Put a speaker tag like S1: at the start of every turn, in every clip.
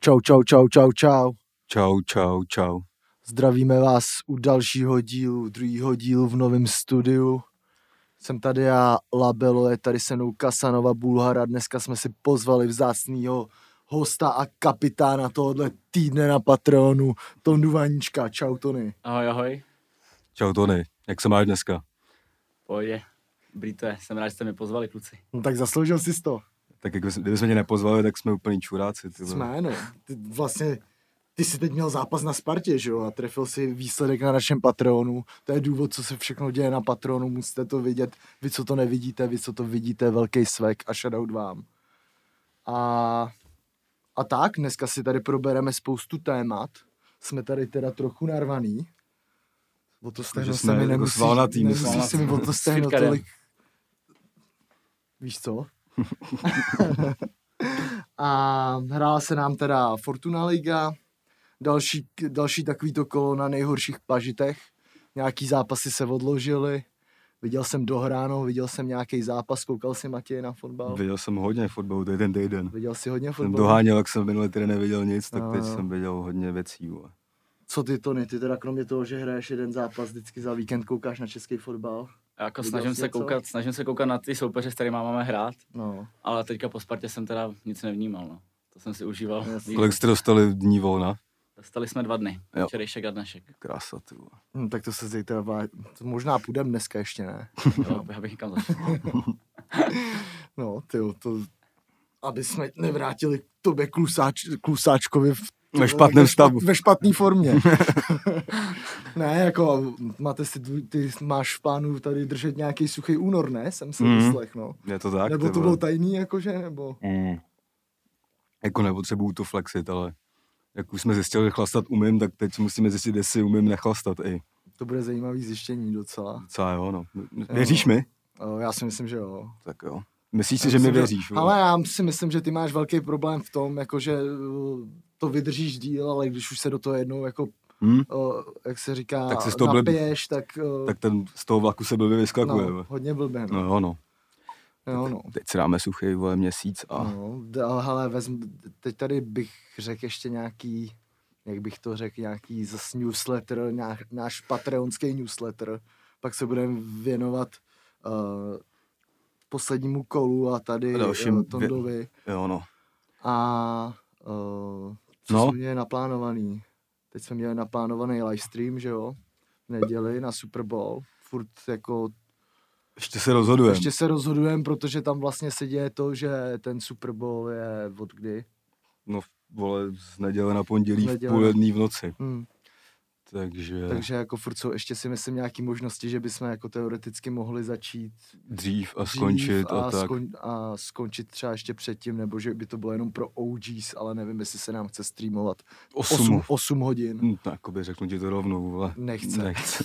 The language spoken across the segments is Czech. S1: Čau, čau, čau, čau, čau.
S2: Čau, čau, čau.
S1: Zdravíme vás u dalšího dílu, druhého dílu v novém studiu. Jsem tady já, Labelo, je tady se mnou Kasanova Bulhara. Dneska jsme si pozvali vzácného hosta a kapitána tohohle týdne na Patreonu, Tondu Vaníčka. Čau, Tony.
S3: Ahoj, ahoj.
S2: Čau, Tony. Jak se máš dneska?
S3: Pojde. Dobrý to je. Jsem rád, že jste mě pozvali, kluci.
S1: No tak zasloužil jsi to.
S2: Tak jak bys- kdyby jsme tě nepozvali, tak jsme úplní čuráci. Ty vole.
S1: Jsme, no. Ty, vlastně, ty jsi teď měl zápas na Spartě, že jo, a trefil si výsledek na našem Patreonu. To je důvod, co se všechno děje na Patreonu, musíte to vidět. Vy, co to nevidíte, vy, co to vidíte, velký svek a shoutout vám. A, a tak, dneska si tady probereme spoustu témat. Jsme tady teda trochu narvaný. O to stejno
S2: jsme
S1: se mi
S2: jako
S1: nemusíš,
S2: svalnatý, my
S1: nemusíš
S3: jsme-
S1: se mi o to
S3: s
S1: stejno
S3: firkarem.
S1: tolik... Víš co? A hrála se nám teda Fortuna Liga, další, další takovýto kolo na nejhorších pažitech. Nějaký zápasy se odložily. Viděl jsem dohráno, viděl jsem nějaký zápas, koukal si Matěj na fotbal.
S2: Viděl jsem hodně fotbalu, to je ten týden.
S1: Viděl si hodně
S2: Jsem
S1: fotbalu.
S2: doháněl, jak jsem minulý týden neviděl nic, tak
S1: Jo,
S2: teď
S1: jo.
S2: jsem viděl hodně věcí. Vole.
S1: Co ty, Tony, ty teda kromě toho, že hraješ jeden zápas vždycky za víkend, koukáš na český fotbal?
S3: A Jako
S1: Viděl
S3: snažím
S1: jsi
S3: se,
S1: něco?
S3: koukat, snažím se koukat na ty soupeře, s kterými máme hrát,
S1: No,
S3: ale teďka po Spartě jsem teda nic nevnímal, no. To jsem si užíval.
S1: Jasně.
S2: Kolik jste dostali dní volna?
S3: Dostali jsme dva dny,
S2: Jo.
S3: včerejšek a dnešek.
S2: Krása, ty vole.
S1: hm, tak to se zítra vá... to možná půjdem dneska ještě, ne?
S3: Jo, já bych někam zašel.
S1: No, ty to... Aby jsme nevrátili k tobě klusáč, klusáčkovi v
S2: Ve špatném
S1: ve špat-
S2: stavu.
S1: Ve špatné formě. ne, jako máte si, dvoj- ty máš v plánu tady držet nějaký suchý únor, ne? Jsem si
S2: Mhm.
S1: vyslech, no.
S2: Je to tak?
S1: nebo
S2: ty
S1: to
S2: vole?
S1: bylo tajný, jakože, nebo...
S2: Mm. Jako nepotřebuju to flexit, ale jak už jsme zjistili, že chlastat umím, tak teď musíme zjistit, jestli umím nechlastat i.
S1: To bude zajímavý zjištění docela.
S2: Co jo, no. Věříš mi?
S1: O, já si myslím, že jo.
S2: Tak jo. Myslíš
S1: Já
S2: si, že mi
S1: myslím,
S2: věříš? vole?
S1: Ale já si myslím, že ty máš velký problém v tom, jakože uh, to vydržíš díl, ale když už se do toho jednou jako,
S2: Hm?
S1: uh, jak se říká,
S2: Tak
S1: tak
S2: si z
S1: se
S2: toho blb-
S1: napiješ, tak, uh,
S2: Tak ten z toho vlaku se blbě vyskakuje.
S1: no,
S2: No.
S1: hodně blbě.
S2: no
S1: No.
S2: jo, no.
S1: Jo, no.
S2: Teď si dáme suchý vole měsíc a no.
S1: No, d- ale hele, vezm, teď tady bych řekl ještě nějaký, jak bych to řekl, nějaký zas newsletter, ná, náš patreonský newsletter. Pak se budeme věnovat uh, poslednímu kolu a tady
S2: A dalším
S1: uh,
S2: vě-
S1: Tondovi.
S2: jo, no.
S1: A uh, co
S2: No.
S1: no. jsme měli naplánovaný? Teď jsme měli naplánovaný livestream, že jo? V neděli na Super Bowl. Furt jako
S2: Ještě se rozhodujeme.
S1: ještě se rozhodujeme, protože tam vlastně se děje to, že ten Super Bowl je od kdy.
S2: No, vole, z neděle na pondělí
S1: Z
S2: v
S1: neděle
S2: půl
S1: na-
S2: jedný v noci.
S1: Hmm.
S2: Takže, Takže
S1: Takže jako furt jsou ještě si myslím nějaký možnosti, že bychom jako teoreticky mohli začít
S2: dřív a
S1: dřív
S2: skončit a, a tak.
S1: skon, a skončit třeba ještě předtím, nebo že by to bylo jenom pro OGs, ale nevím, jestli se nám chce streamovat 8,
S2: Osm.
S1: 8 hodin.
S2: Hm, tak, jakoby řeknu ti to rovnou, vole.
S1: Nechce.
S2: Nechce.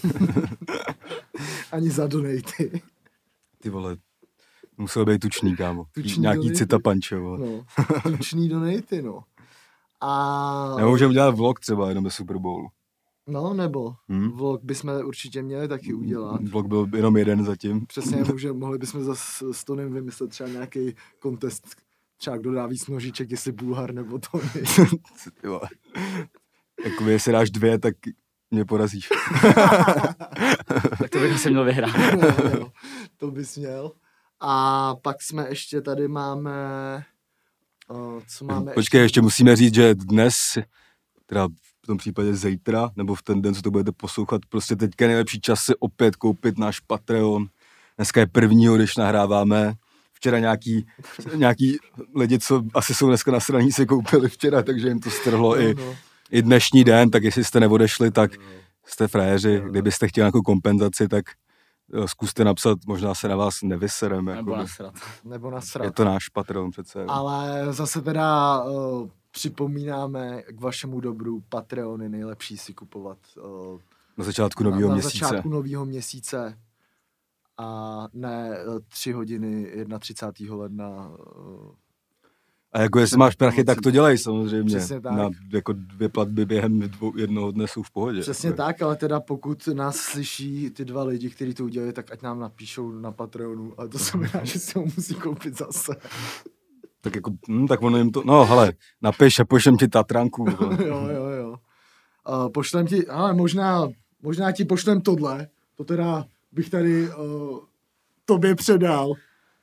S1: Ani za donaty.
S2: Ty vole, musel být tučný, kámo.
S1: Tučný
S2: Nějaký
S1: donaty.
S2: cita panče, vole.
S1: No, tuční donaty, no. A...
S2: Nebo můžeme dělat vlog třeba jenom do Super Bowlu.
S1: No, nebo.
S2: Hm?
S1: Vlog bychom určitě měli taky udělat.
S2: Vlog byl jenom jeden zatím.
S1: Přesně, může, mohli bychom zase s Tonem vymyslet třeba nějaký kontest, třeba kdo dá víc nožiček, jestli Bulhar nebo Tony.
S2: Co ty vole? Jakoby, jestli dáš dvě, tak mě porazíš.
S3: tak to bych asi měl vyhrát.
S1: Ne, jo, to bys měl. A pak jsme ještě tady máme... Uh, co máme
S2: Počkej, ještě musíme říct, že dnes, teda v tom případě zítra, nebo v ten den, co to budete poslouchat, prostě teďka je nejlepší čas si opět koupit náš Patreon. Dneska je prvního, když nahráváme. Včera nějaký, nějaký lidi, co asi jsou dneska na straní, si koupili včera, takže jim to strhlo i,
S1: No,
S2: i dnešní den, tak jestli jste neodešli, tak jste frajeři. Kdybyste chtěli nějakou kompenzaci, tak eh, zkuste napsat, možná se na vás nevysereme.
S3: Nebo
S2: jakoby.
S3: nasrat.
S1: nebo
S2: Je
S1: nasrat.
S2: to náš Patreon přece.
S1: Ale zase teda uh, připomínáme k vašemu dobru Patreony nejlepší si kupovat uh,
S2: Na začátku nového
S1: na,
S2: měsíce.
S1: na začátku nového měsíce a ne eh, tři hodiny 31. ledna. eh,
S2: A jako jestli máš prachy, tak to dělej samozřejmě.
S1: Přesně tak.
S2: Na jako dvě platby během dvou, jednoho dne jsou v pohodě. jako.
S1: Přesně tak, ale teda pokud nás slyší ty dva lidi, kteří to udělali, tak ať nám napíšou na Patreonu, ale to znamená, že si ho musí koupit zase.
S2: Tak jako, hm, tak ono jim to, no hele, napiš a pošlem ti Tatranku. vole.
S1: jo, jo, jo. A pošlem ti, ale možná, možná ti pošlem tohle, to teda bych tady uh, tobě předal.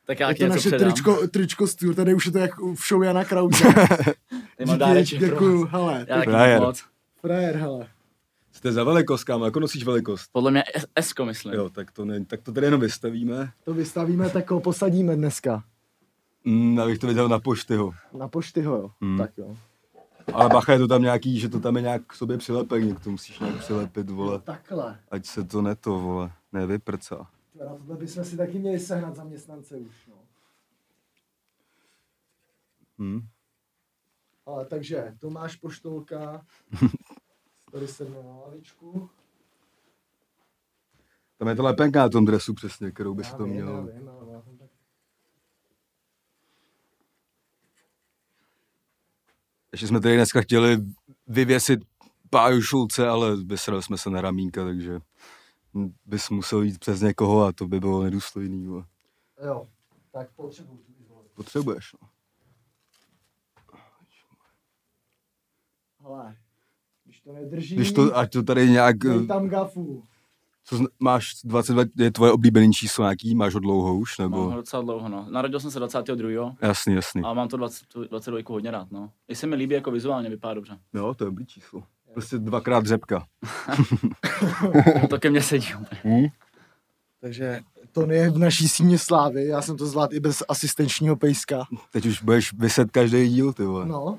S3: Tak já
S1: je
S3: ti
S1: to
S3: něco
S1: naše
S3: předám.
S1: tričko, tričko stůl, tady už je to jak v show Jana Krause.
S3: Tady mám dáreček pro
S1: děkuju,
S3: vás.
S1: hele,
S3: Já taky
S2: Frajer.
S3: moc.
S1: frajer, hele.
S2: Jste za velikost, kámo, jako nosíš velikost.
S3: Podle mě S- S-ko myslím.
S2: Jo, tak to, ne, tak to tady jenom vystavíme.
S1: To vystavíme, tak ho posadíme dneska.
S2: Mm, abych to viděl na pošty ho.
S1: Na pošty ho, jo.
S2: Hmm.
S1: Tak jo.
S2: Ale bacha, je to tam nějaký, že to tam je nějak k sobě přilepený, to musíš nějak přilepit, vole.
S1: Takhle.
S2: Ať se to neto, vole, nevyprcá.
S1: Na no, tohle bychom si taky měli sehnat zaměstnance už, no.
S2: Hm?
S1: Ale takže Tomáš Poštolka, no, tady sedne na lavičku.
S2: Tam je ta lepenka na tom dresu přesně, kterou bys
S1: Já
S2: to
S1: vím,
S2: měl.
S1: Já vím, ale já jsem tak...
S2: Ještě jsme tady dneska chtěli vyvěsit páju Šulce, ale vysrali jsme se na ramínka, takže bys musel jít přes někoho a to by bylo nedůstojný. vole.
S1: Jo, tak potřebuji tu izolaci.
S2: Potřebuješ, no.
S1: Hele, když to nedrží,
S2: Když to, ať to tady nějak, eh,
S1: dej tam gafu.
S2: co zna, máš 22, je tvoje oblíbený číslo nějaký, máš ho dlouho už,
S3: Mám
S2: nebo?
S3: ho docela dlouho, no. Narodil jsem se 22.
S2: Jasný, jasný.
S3: A mám to 20, tu 22 hodně rád, no. I se mi líbí, jako vizuálně vypadá dobře.
S2: Jo, to je dobrý číslo. Prostě dvakrát řepka.
S3: To ke mně sedí.
S1: Takže to je v naší síně slávy, já jsem to zvládl i bez asistenčního pejska.
S2: Teď už budeš vyset každý díl, ty vole.
S1: No.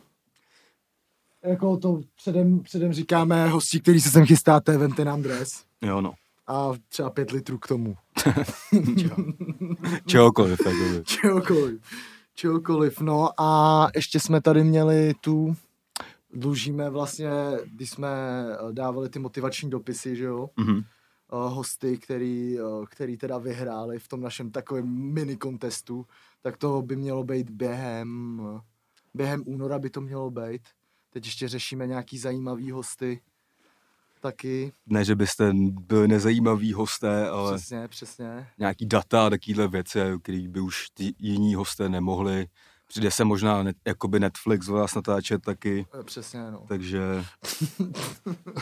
S1: Jako to předem, předem říkáme hosti, který se sem chystáte, vemte nám dres.
S2: Jo, no.
S1: A třeba pět litrů k tomu.
S2: Čehokoliv, jakoby.
S1: Čehokoliv. Čehokoliv, no a ještě jsme tady měli tu, dlužíme vlastně, když jsme eh, dávali ty motivační dopisy, že jo,
S2: Mhm.
S1: eh, hosty, který, eh, který teda vyhráli v tom našem takovém mini kontestu, tak to by mělo být během, eh, během února by to mělo být. Teď ještě řešíme nějaký zajímavý hosty, taky,
S2: Ne, že byste byli nezajímaví hosté, ale...
S1: přesně, přesně.
S2: nějaký data a takovéhle věci, které by už ti jiní hosté nemohli. Přijde se možná net, jakoby Netflix o nás natáčet taky,
S1: eh, Přesně, no.
S2: takže...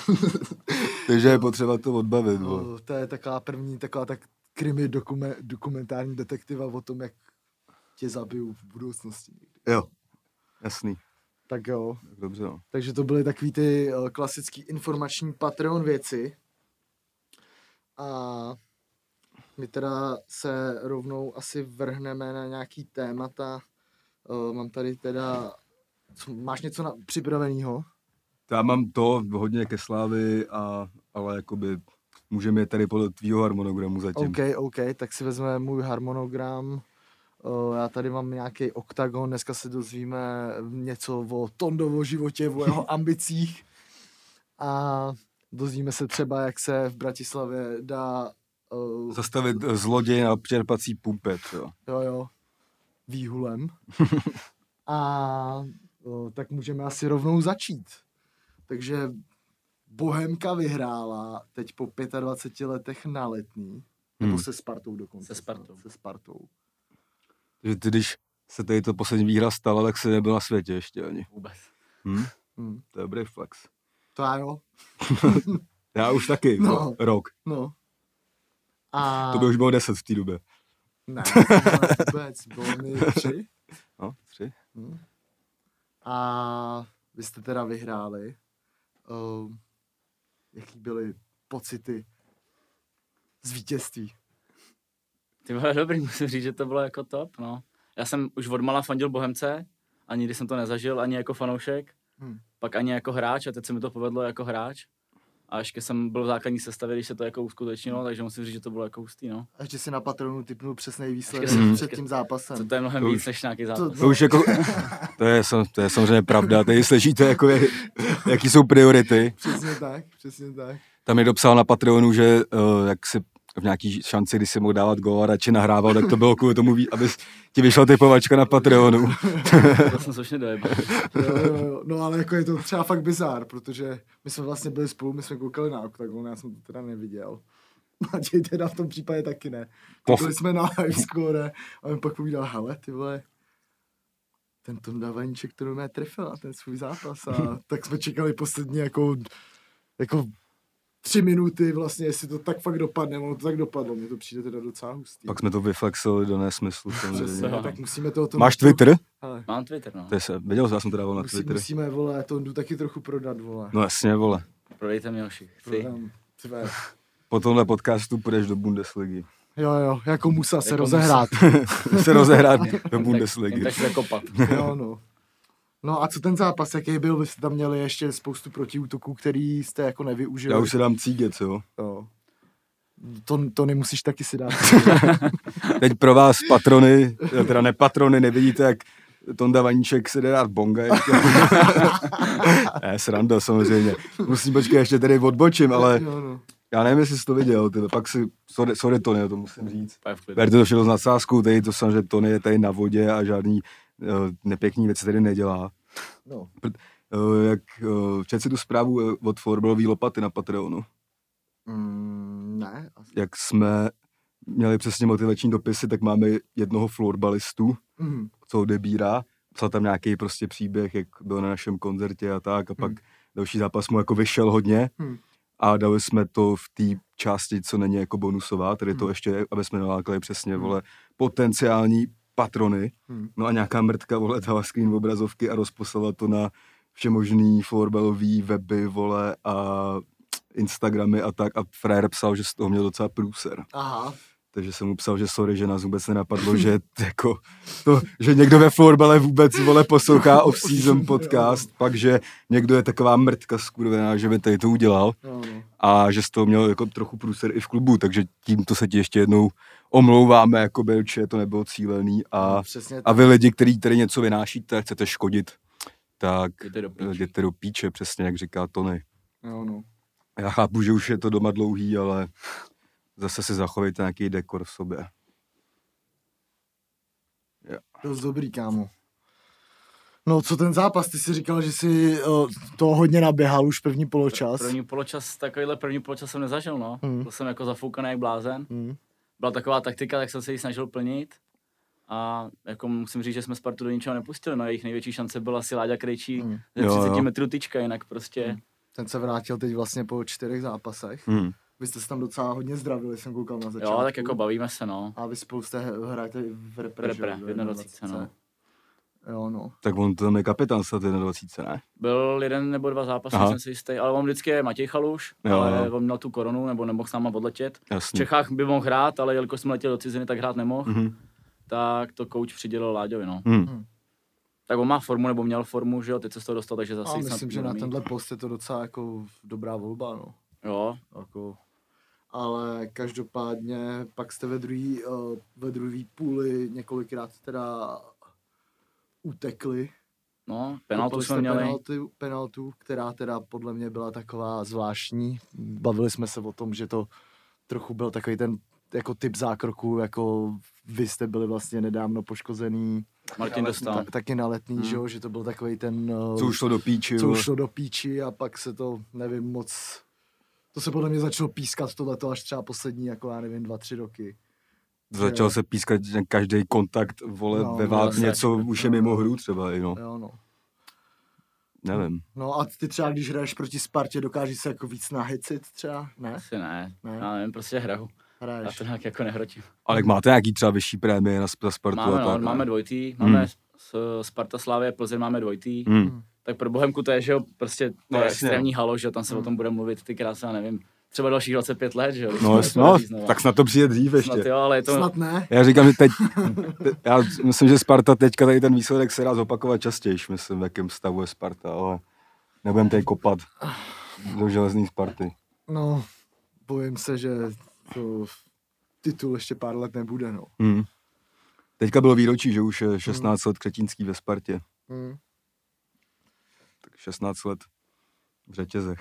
S2: takže je potřeba to odbavit. No.
S1: No, to je taková první, taková tak krimi dokume, dokumentární detektiva o tom, jak tě zabiju v budoucnosti.
S2: Jo, jasný.
S1: Tak jo,
S2: Tak dobře, no.
S1: takže to byly takový ty eh, klasický informační Patreon věci. A my teda se rovnou asi vrhneme na nějaký témata. Eh, Mám tady teda... Co, máš něco na, připraveného?
S2: Já mám to hodně ke slávy, a, ale jakoby můžeme je tady podle tvýho harmonogramu zatím.
S1: OK, OK, tak si vezmeme můj harmonogram. Eh, Já tady mám nějaký oktagon, dneska se dozvíme něco o Tondovo životě, o jeho ambicích. A dozvíme se třeba, jak se v Bratislavě dá eh,
S2: Zastavit eh, zloděj na čerpací pumpet, jo.
S1: jo, jo, výhulem. A o, tak můžeme asi rovnou začít. Takže Bohemka vyhrála teď po 25 letech na letní. Nebo
S2: Hmm.
S1: se Spartou dokonce.
S3: Se Spartou.
S1: Se Spartou.
S2: Takže ty, když se tady to poslední výhra stala, tak se nebyl na světě ještě ani.
S3: Vůbec.
S2: Hm?
S1: Hmm.
S2: To je dobrý flex.
S1: To já jo,
S2: Já už taky,
S1: No.
S2: no. rok.
S1: no. A...
S2: To by už bylo 10 v té době.
S1: Ne, ale vůbec, bylo mi tři.
S2: No, tři.
S1: Hm. A vy jste teda vyhráli. Uh, jaký byly pocity z vítězství?
S3: Ty bylo dobrý, musím říct, že to bylo jako top, no. Já jsem už odmala fandil Bohemce, ani když jsem to nezažil, ani jako fanoušek,
S1: Hmm.
S3: hmm. pak ani jako hráč a teď se mi to povedlo jako hráč. A ještě jsem byl v základní sestavě, když se to jako uskutečnilo, takže musím říct, že to bylo jako hustý, no.
S1: A ještě si na Patronu typnul přesný výsledek
S3: Počkej,
S1: před
S3: počkej.
S1: tím
S3: Co
S1: zápasem.
S3: to je mnohem
S2: To už-
S3: víc než nějaký zápas.
S1: To-
S2: To už jako, to je, sam- to je samozřejmě pravda, tady slyšíte, jako je, jaký jsou priority.
S1: Přesně tak, přesně tak.
S2: Tam je dopsal na Patreonu, že uh, jak si v nějaký šanci, kdy si mohl dávat gól a radši nahrával, tak to bylo kvůli tomu, ví- aby s- ti vyšla typovačka na Patreonu.
S3: To jsem slušně dojebal.
S1: Jo, jo, jo. No ale jako je to třeba fakt bizár, protože my jsme vlastně byli spolu, my jsme koukali na oktagon, já jsem to teda neviděl. Matěj teda v tom případě taky ne.
S2: To-
S1: Koukali jsme na live score a on pak povídal, hele, ty vole, ten Tom Davaníček to mě trefil na ten svůj zápas a tak jsme čekali poslední jako, jako tři minuty vlastně, jestli to tak fakt dopadne, ono to tak dopadlo, mně to přijde teda docela hustý.
S2: Pak jsme to vyflexili do nesmyslu. samozřejmě.
S1: Přesně,
S3: jo.
S1: tak musíme to o tom... jako-
S2: Máš Twitter?
S1: Hele,
S3: Mám Twitter, no.
S2: To je, se- viděl jsi, já jsem to dával na
S1: musí,
S2: Twitter.
S1: musíme, vole, to jdu taky trochu prodat, vole.
S2: No jasně, vole.
S3: Prodejte mi hoši. Chci.
S1: Prodám, tvé.
S2: Po tomhle podcastu půjdeš do Bundesligy.
S1: Jo, jo, jako musa se
S3: Jako
S1: rozehrát.
S2: Se rozehrát do
S3: Jen tak,
S2: Bundesligy.
S3: jen tak zakopat.
S1: jo, no. No a co ten zápas, jaký byl? Vy jste tam měli ještě spoustu protiútoků, který jste jako nevyužili.
S2: Já už se dám cíget, jo.
S1: Jo. To, to nemusíš taky si dát.
S2: Teď pro vás patrony, teda nepatrony, nevidíte, jak Tonda Vaníček se jde dát bonga. ještě. ne, sranda samozřejmě. Musím počkat, ještě tady odbočím, ale
S1: jo, no.
S2: já nevím, jestli jsi to viděl, tyhle. pak si, sorry, sorry Tony, to musím říct.
S3: Pak je v klidu.
S2: Berte to všechno s nadsázkou, tady to samozřejmě Tony je tady na vodě a žádný uh, nepěkný věci tady nedělá.
S1: no.
S2: Uh, jak uh, četl si tu zprávu eh, od Florbalový lopaty na Patreonu?
S1: Mm, ne. asi-
S2: Jak jsme měli přesně motivační dopisy, tak máme jednoho florbalistu,
S1: Mm.
S2: co odebírá. Psal tam nějaký prostě příběh, jak byl na našem koncertě a tak. A pak
S1: Hmm.
S2: hmm. další zápas mu jako vyšel hodně.
S1: Hmm.
S2: Hmm. A dali jsme to v té části, co není jako bonusová, tedy to
S1: Hmm.
S2: ještě, aby jsme nalákali přesně,
S1: Hmm.
S2: vole, potenciální patrony.
S1: Hmm.
S2: No a nějaká mrtka, vole, dala screen v obrazovky a rozposlala to na všemožný florbalový weby, vole, a Instagramy a tak. A frajer psal, že z toho měl docela průser.
S1: Aha.
S2: Takže jsem mu psal, že sorry, že nás vůbec nenapadlo, že, t- jako, to, že někdo ve florbale vůbec vole poslouchá off-season podcast, pak že někdo je taková mrtka skurvená, že by tady to udělal
S1: Jo, no.
S2: a že z toho měl jako trochu průser i v klubu, takže tímto se ti ještě jednou omlouváme, jako že to nebylo cílený a,
S1: No, Přesně
S2: a vy lidi, kteří tady něco vynášíte, chcete škodit, tak
S3: Jděte do
S2: eh,
S3: píči.
S2: jděte do píče, přesně jak říká Tony.
S1: Jo, no.
S2: Já chápu, že už je to doma dlouhý, ale zase si zachovejte nějaký dekor v sobě.
S1: Dost dobrý, kámo. No, co ten zápas? Ty jsi říkal, že jsi uh, to hodně naběhal už první poločas.
S3: První poločas, takovýhle první poločas jsem nezažil, no.
S1: Hmm.
S3: Byl jsem jako zafoukaný jak blázen.
S1: Mm.
S3: Byla taková taktika, tak jsem se ji snažil plnit. A jako musím říct, že jsme Spartu do ničeho nepustili, no jejich největší šance byla asi Láďa Krejčí
S1: Hmm.
S3: ze
S2: Jo,
S3: 30
S2: jo.
S3: metrů tyčka, jinak prostě.
S1: Ten se vrátil teď vlastně po čtyřech zápasech.
S2: Hmm.
S1: Vy jste se tam docela hodně zdravili, jsem koukal na začátku.
S3: Jo, tak jako bavíme se, no.
S1: A vy spolu jste he- hráte v repre, že
S3: Repre,
S1: jo,
S3: v 21, no.
S1: Jo, no.
S2: Tak on tam je kapitán snad 21, ne?
S3: Byl jeden nebo dva zápasy,
S2: Aha.
S3: jsem si jistý, ale on vždycky je Matěj Chaluš,
S2: Jo,
S3: ale
S2: jo.
S3: on měl tu koronu, nebo nemohl s náma odletět. V
S2: Jasně.
S3: Čechách by mohl hrát, ale jelikož jsme letěli do ciziny, tak hrát nemohl,
S2: Mhm.
S3: tak to coach přidělil Láďovi, no.
S2: Hmm.
S3: Tak on má formu, nebo měl formu, že jo, teď se z toho dostal, takže zase
S1: A
S3: jít snad
S1: myslím, že na
S3: budeme mít.
S1: tenhle post je to docela jako dobrá volba, no.
S3: Jo,
S1: Jako, ale každopádně pak jste ve druhý, eh, ve druhý půli několikrát teda utekli.
S3: no, penaltu
S1: Kopali
S3: jsme
S1: jste
S3: měli.
S1: Penalty, penaltu, která teda podle mě byla taková zvláštní. Bavili jsme se o tom, že to trochu byl takový ten jako typ zákroku, jako vy jste byli vlastně nedávno poškozený.
S3: Martin dostal.
S1: Ta, taky na letný,
S3: Hmm.
S1: že jo, že to byl takový ten, eh,
S2: Co už šlo do píči,
S1: co
S2: vole.
S1: už šlo do píči a pak se to, nevím, moc, to se podle mě začalo pískat tohleto až třeba poslední, jako já nevím, dva, tři roky.
S2: začal se pískat že každý kontakt, vole,
S1: No,
S2: no, ve
S1: no,
S2: vás
S3: jasně.
S2: něco už je mimo hru třeba, i, no.
S1: Jo, no.
S2: Nevím.
S1: No a ty třeba, když hraješ proti Spartě, dokážeš se jako víc nahecit třeba? Ne?
S3: Asi ne,
S1: Ne.
S3: já nevím, prostě hraju. Já
S1: Hraješ.
S3: to nějak jako nehrotím.
S2: Ale jak máte nějaký třeba vyšší prémie na, na Spartu
S3: Máme,
S2: a
S3: no,
S2: tak? ne?
S3: máme dvojitý,
S2: Hmm.
S3: máme s- Sparta Slávě, Plzeň máme dvojitý.
S2: Hmm.
S3: Tak pro Bohemku to je, že jo, prostě to
S2: No,
S3: je
S2: jasně.
S3: extrémní halo, že jo, tam
S1: Mhm.
S3: se o tom bude mluvit ty krásy, já nevím, třeba dalších 25 let, že jo.
S2: No,
S3: když
S2: jasně,
S3: se to
S2: no,
S3: daří znova.
S2: tak snad to přijde dřív ještě.
S3: Snad jo, ale je to,
S1: Snad ne?
S2: Já říkám, že teď, te- já myslím, že Sparta teďka tady ten výsledek se dá zopakovat častěji, myslím, v jakém stavu je Sparta, ale nebudem tady kopat do železný Sparty.
S1: No, bojím se, že to titul ještě pár let nebude, no.
S2: Hmm. Teďka bylo výročí, že už je 16 let Křetínský ve Spartě.
S1: Hmm.
S2: tak 16 let v řetězech.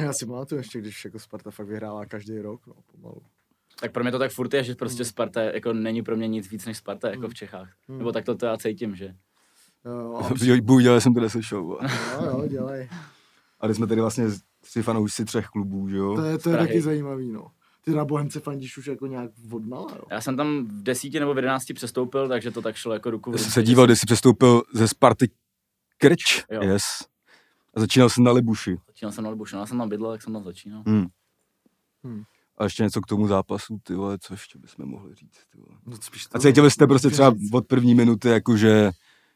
S1: Já si pamatuju ještě, když jako Sparta fakt vyhrává každý rok, no, pomalu.
S3: tak pro mě to tak furt je, že prostě Sparta jako není pro mě nic víc než Sparta jako v Čechách.
S1: Hmm.
S3: Nebo tak to, to já cítím, že.
S1: Jo, a,
S2: Bůh dělal jsem to neslyšel. vole.
S1: jo, jo, dělej.
S2: A když jsme tady vlastně z- tři fanoušci třech klubů, že
S1: To
S2: jo?
S1: je, to je
S3: Prahy.
S1: taky zajímavý, no. Ty na Bohemce fandíš už jako nějak odmala, jo?
S3: Já jsem tam v desíti nebo v jedenácti přestoupil, takže to tak šlo jako ruku v
S2: Já jsem
S3: ruce,
S2: se
S3: že
S2: díval, když jsi přestoupil ze Sparty Krč,
S3: Jo.
S2: yes. A začínal jsem na Libuši.
S3: Začínal jsem na Libušinu, já jsem tam bydlel, tak jsem tam začínal.
S2: Hmm.
S1: Hmm.
S2: A ještě něco k tomu zápasu, ty vole, co ještě bychom mohli říct, ty vole.
S1: No, spíš to-
S2: A cítili jste prostě
S1: Můžu
S2: třeba
S1: říct.
S2: od první minuty, jakože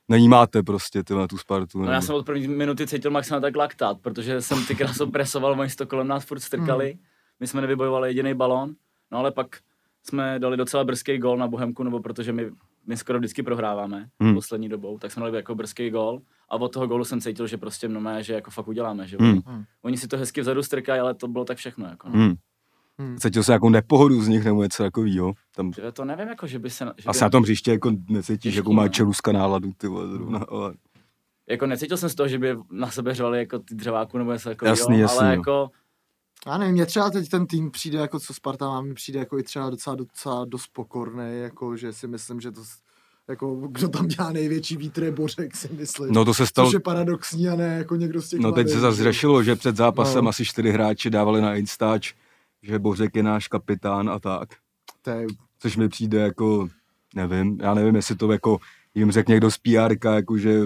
S2: nenímáte prostě ty vole, tu Spartu.
S3: No
S2: nebo-
S3: já jsem od první minuty cítil maximálně tak laktát, protože jsem ty krásně presoval, oni si to kolem nás furt strkali,
S2: Hmm.
S3: my jsme nevybojovali jediný balón, no ale pak jsme dali docela brzký gol na Bohemku, nebo protože my, my skoro vždycky prohráváme
S2: Hmm.
S3: hmm. poslední dobou, tak jsme dali jako brzký gol a od toho gólu jsem cítil, že prostě mnohé, že jako fakt uděláme, že
S2: Hmm.
S3: hmm. oni si to hezky vzadu strkají, ale to bylo tak všechno, jako no.
S2: Hmm.
S1: Hmm.
S2: Cítil se jako nepohodu z nich nebo něco takového. Tam
S3: Že to nevím, jako, že by se... Že
S2: asi
S3: by,
S2: na tom hřiště jako necítíš,
S3: Těžký,
S2: jako má
S3: no.
S2: čeluska náladu, ty vole, zrovna, ale
S3: Jako necítil jsem z toho, že by na sebe řvali jako ty dřeváku nebo něco takového,
S2: Jasný, no. jasný,
S3: ale
S2: jo.
S3: jako...
S1: Já nevím, mě třeba teď ten tým přijde, jako co Sparta má, mi přijde jako i třeba docela, docela dost pokorný, jako že si myslím, že to, s- jako kdo tam dělá největší vítr je Bořek, si myslím.
S2: No to se stalo,
S1: Což je paradoxní a ne jako někdo z těch
S2: no teď se
S1: mladých,
S2: zase
S1: že-
S2: řešilo, že před zápasem
S1: No.
S2: asi čtyři hráči dávali na Instač, že Bořek je náš kapitán a tak.
S1: To je
S2: Což mi přijde jako, nevím, já nevím, jestli to jako jim řekl někdo z PR, jakože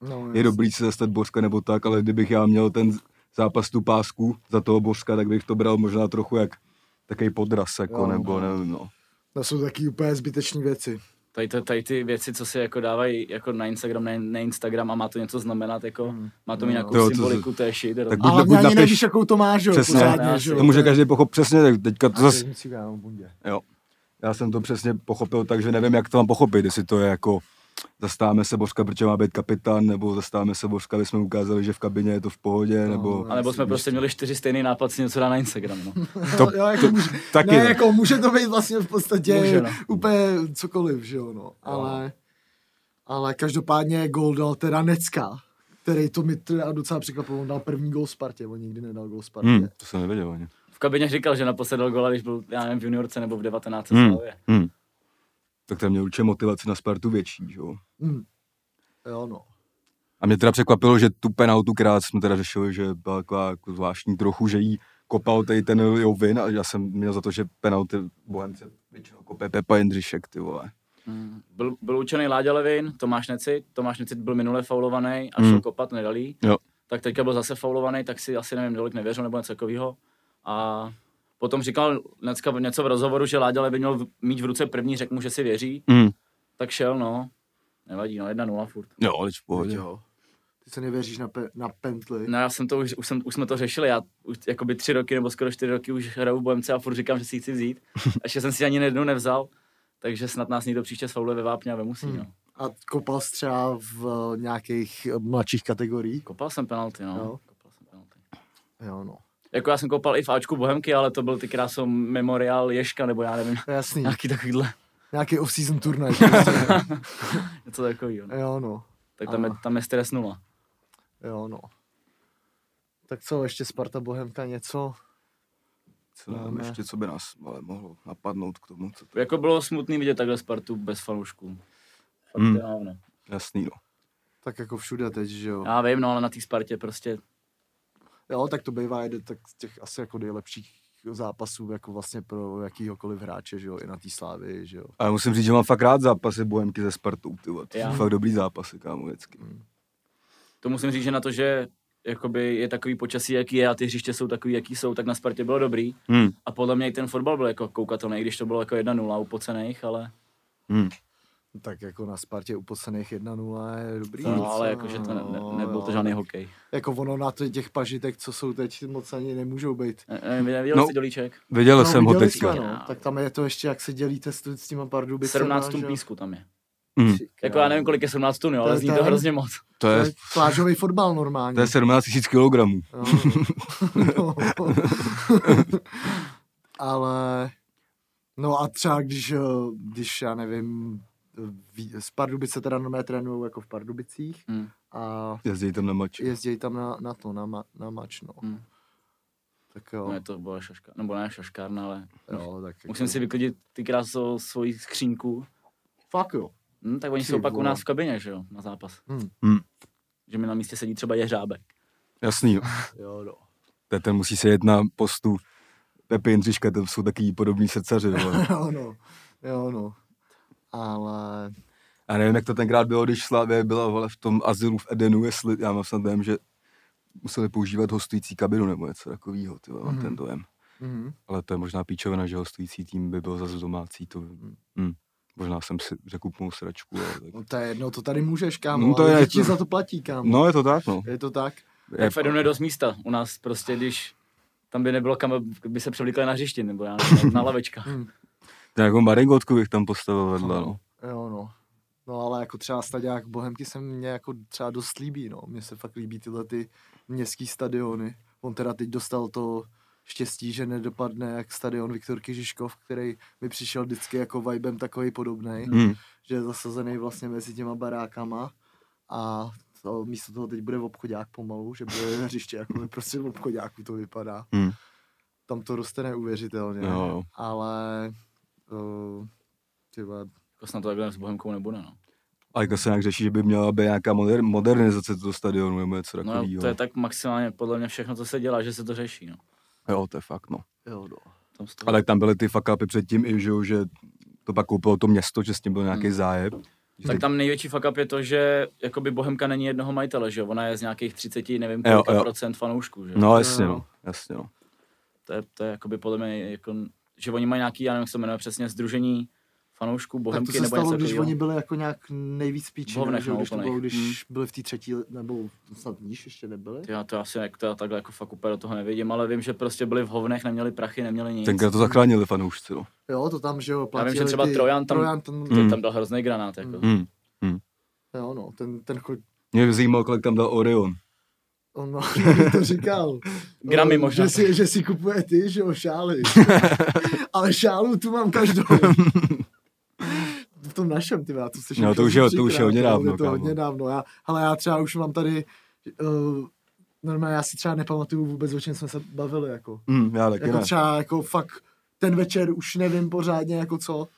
S1: No,
S2: je jako, dobrý se zastat Bořka nebo tak, ale kdybych já měl ten zápas tu pásku za toho Bořka, tak bych to bral možná trochu jak takový podraz, jako,
S1: Jo.
S2: nebo nevím, no.
S1: To jsou taky úplně zbytečné věci.
S3: Tady, to, tady ty věci, co si jako dávají jako na Instagram, ne, ne Instagram a má to něco znamenat, jako,
S1: Mm.
S3: mm. má to
S1: No.
S3: mít nějakou
S2: Jo, to-
S3: symboliku, to je shit.
S2: Tak
S1: A
S2: buď-
S1: hlavně ani
S2: napiš-
S1: nevíš, jakou to máš, jo,
S2: Přesně.
S1: pořádně, že jo.
S2: To může každý pochopit přesně, tak teďka to
S1: A
S2: zase,
S1: to je v bundě.
S2: jo. Já jsem to přesně pochopil, takže nevím, jak to mám pochopit, jestli to je jako zastáváme se Bořka, protože má být kapitán, nebo zastáváme se Bořka, aby jsme ukázali, že v kabině je to v pohodě, nebo...
S3: A nebo jsme prostě měli čtyři stejný nápad si něco dá na Instagram. No.
S2: To-
S1: To, jo, jako může,
S2: taky
S1: ne,
S2: jo.
S1: jako může to být vlastně v podstatě může,
S3: Může,
S1: no.
S3: no.
S1: úplně cokoliv, že jo, no. Ale, ale každopádně gol dal teda Necka, který to mi teda docela překvapilo, on dal první gol Spartě, on nikdy nedal gol Spartě.
S2: Hmm, to jsem nevěděl ani.
S3: V kabině říkal, že naposled dal gola, když byl, já nevím, v juniorce nebo v 19.
S2: Hmm,
S3: Hmm.
S2: hmm. Tak tam měl určitě motivaci na Spartu větší, že jo.
S1: Hmm. Jo, no.
S2: A mě teda překvapilo, že tu penaltu, která jsme teda řešili, že byla taková jako zvláštní trochu, že jí kopal tady ten Jovin a já jsem měl za to, že penalty Bohemce většinou kope Pepa Jindřišek, ty vole.
S3: Hmm. Byl, byl učený Láďa Levin, Tomáš Necit, Tomáš Necit byl minule faulovaný a
S2: Mm.
S3: šel kopat, nedalí.
S2: Jo.
S3: Tak teďka byl zase faulovaný, tak si asi nevím, tolik nevěřil nebo něco takového. A potom říkal dneska něco v rozhovoru, že Láďa Levin měl v- mít v ruce první, řekl mu, že si věří,
S2: Mm.
S3: tak šel, no. Nevadí, no, 1-0 furt.
S2: Jo, ale v pohodě.
S1: Jo. Ty se nevěříš na, pe, na pentli.
S3: No já jsem to už, už, jsem, už jsme to řešili, já už jakoby tři roky nebo skoro čtyři roky už hraju v Bohemce a furt říkám, že si ji chci vzít. Ještě jsem si ani jednu nevzal, takže snad nás někdo příště sfouluje ve Vápně a vemusí,
S1: Hmm.
S3: no.
S1: A kopal jsi třeba v eh, nějakých eh, mladších kategoriích.
S3: Kopal jsem penalty, no.
S1: Jo.
S3: Kopal jsem penalty.
S1: Jo, no.
S3: Jako já jsem kopal i v Ačku Bohemky, ale to byl ty krásou memoriál Ješka, nebo já nevím,
S1: To je Jasný.
S3: nějaký takovýhle,
S1: Nějaký off-season turnaj. prostě.
S3: něco takovýho. No.
S1: jo, no.
S3: Tak tam je,
S1: Aha.
S3: tam je stres nula.
S1: Jo, no. Tak co, ještě Sparta Bohemka něco?
S2: Co nám
S1: Máme.
S2: ještě, co by nás ale mohlo napadnout k tomu, co to...
S3: Jako bylo smutný vidět takhle Spartu bez fanoušků. Fakt
S2: Hmm.
S3: to je hlavno.
S2: Jasný, no.
S1: Tak jako všude teď, že jo.
S3: Já vím, no, ale na té Spartě prostě
S1: Jo, tak to bývá jeden tak z těch asi jako nejlepších zápasů jako vlastně pro jakýhokoliv hráče, že jo, i na té slávy, že jo.
S2: Ale musím říct, že mám fakt rád zápasy Bohemky ze Spartou, ty vole. To
S3: Já.
S2: jsou fakt dobrý zápasy, kámo, vždycky.
S3: to musím říct, že na to, že jakoby je takový počasí, jaký je a ty hřiště jsou takový, jaký jsou, tak na Spartě bylo dobrý.
S2: Hmm.
S3: A podle mě i ten fotbal byl jako koukatelný, i když to bylo jako 1-0 u pocených, ale,
S2: Hmm.
S1: Tak jako na Spartě uposených 1-0 je dobrý.
S3: no, ale
S1: co,
S3: jakože to ne, ne,
S1: no,
S3: nebyl to
S1: jo.
S3: žádný hokej.
S1: Jako ono na to těch pažitek, co jsou teď, moc ani nemůžou být.
S3: Ne, nevím, neviděl
S2: No.
S3: jsi dolíček?
S2: Viděl jsem ho
S1: viděli
S2: teďka.
S1: Jsme, no. Tak tam je to ještě, jak se dělíte s, s těma Pardubicema.
S3: 17 tun
S1: že jo.
S3: písku tam je.
S2: Hmm.
S3: Jako já nevím, kolik je 17 tun, jo,
S1: To
S3: ale
S1: je
S3: zní to
S1: ten-
S3: hrozně moc.
S2: To
S1: To
S2: je,
S1: je plážový fotbal normálně.
S2: to je 17 000 kilogramů.
S1: Jo, no. Ale no a třeba když, eh, když já nevím, ví- z Pardubice teda normálně trénujou jako v Pardubicích
S3: Hmm.
S1: a
S2: Jezdí tam na mači.
S1: jezdí tam na, na to, na, ma, na mač, no.
S3: Hmm.
S1: Tak jo,
S3: No je to byla šaška, nebo ne šaškárna, ale
S1: jo tak
S3: musím
S1: jako-
S3: si vyklidit ty krásou svoji skřínku.
S1: Fakt jo.
S3: Hm, tak oni
S1: Ty
S3: jsou pak u
S1: vole.
S3: nás v kabině, že jo, na zápas.
S1: Hm.
S2: Hmm.
S3: Že mi na místě sedí třeba jeřábek.
S2: Jasný, jo.
S1: Jo, no.
S2: Ten- ten musí se jet na postu Pepi Jindřiška, to jsou takový podobní srdcaři. vole.
S1: jo, no. Jo, no. Ale...
S2: A nevím, jak to tenkrát bylo, když Slavě byla vole, v tom azylu v Edenu, jestli já mám snad dojem, že museli používat hostující kabinu nebo něco takového, ty vole, mám ten dojem.
S1: Mhm.
S2: Ale to je možná píčovina, že hostující tým by byl zase domácí, to hm. Možná jsem si řekl úplnou sračku, ale tak.
S1: No to je jedno, to tady můžeš, kámo.
S2: No to
S1: ale
S2: je-
S1: že ti za to platí, kámo.
S2: No je to tak, no.
S1: Je to tak?
S2: Je,
S3: Tak v Edenu je dost místa. U nás prostě, když tam by nebylo kam, by se převlíkli na hřišti, nebo já nevím, na, na lavečkách.
S1: Hmm.
S2: nějakou jako maringotku bych tam postavil vedle, no.
S1: Jo, no. No ale jako třeba staďák Bohemky se mně jako třeba dost líbí, no. Mně se fakt líbí tyhle ty městský stadiony. On teda teď dostal to štěstí, že nedopadne jak stadion Viktorky Žižkov, který mi přišel vždycky jako vibem takový podobný,
S2: Hm.
S1: že je zasazený vlastně mezi těma barákama a to, místo toho teď bude v obchodák pomalu, že bude hřiště jako prostě v obchodňáku to vypadá.
S2: Hm.
S1: Tam to roste neuvěřitelně,
S2: Jo, jo.
S1: ale uh, ty vole,
S3: Jako snad to takhle s Bohemkou nebude, no.
S2: A jako se nějak řeší, že by měla být nějaká moder- modernizace toho stadionu nebo něco
S3: no
S2: takového.
S3: to je tak maximálně podle mě všechno, co se dělá, že se to řeší, no.
S2: Jo, to je fakt, no.
S1: jo, no.
S3: Tam z toho-
S2: Ale jak tam byly ty fuck upy předtím i, že, jo, že to pak koupilo to město, že s tím byl nějaký zájem.
S3: Tak tam největší fuck up je to, že jakoby Bohemka není jednoho majitele, že jo? Ona je z nějakých 30, nevím
S2: Jo,
S3: kolika
S2: jo.
S3: procent fanoušků, že jo?
S2: No jasně,
S1: Jo.
S2: no. Jasně, no.
S3: To je, to je jakoby podle mě jako, že oni mají nějaký, já nevím, jak se to jmenuje přesně, združení fanoušků
S1: Tak to
S3: Bohemky
S1: se
S3: nebo
S1: stalo,
S3: něco
S1: když
S3: takového.
S1: oni byli jako nějak nejvíc píči,
S3: Hovnech,
S1: že jo,
S3: no,
S1: když to
S3: úplných.
S1: bylo, když byli v té třetí, nebo snad níž ještě nebyli.
S3: Já to asi jak to já takhle jako fakt úplně do toho nevidím, ale vím, že prostě byli v hovnech, neměli prachy, neměli nic.
S2: Tenkrát to zachránili fanoušci, no.
S1: Jo, to tam, že jo,
S3: Já vím, že
S1: platili
S3: třeba
S1: ty-
S3: Trojan tam- Hmm.
S1: Trojan tam
S3: Ten
S2: Mm.
S3: tam dal hrozný granát, jako.
S2: Hmm.
S1: jo, no, ten, ten chod,
S2: Mě by zajímalo, kolik tam dal Orion.
S1: on no, to říkal.
S3: Gramy
S1: No,
S3: možná.
S1: Že si, že si kupuje ty, že jo, šály. Ale šálu tu mám každou. v tom našem, ty vole, to slyším.
S2: No, to už je- to už je hodně dávno,
S1: Je to
S2: kámo.
S1: hodně dávno. Já, ale já třeba už mám tady, uh, normálně já si třeba nepamatuju vůbec, o čem jsme se bavili, jako.
S2: Hmm, já taky
S1: Jako
S2: ne.
S1: třeba jako fakt ten večer už nevím pořádně jako co.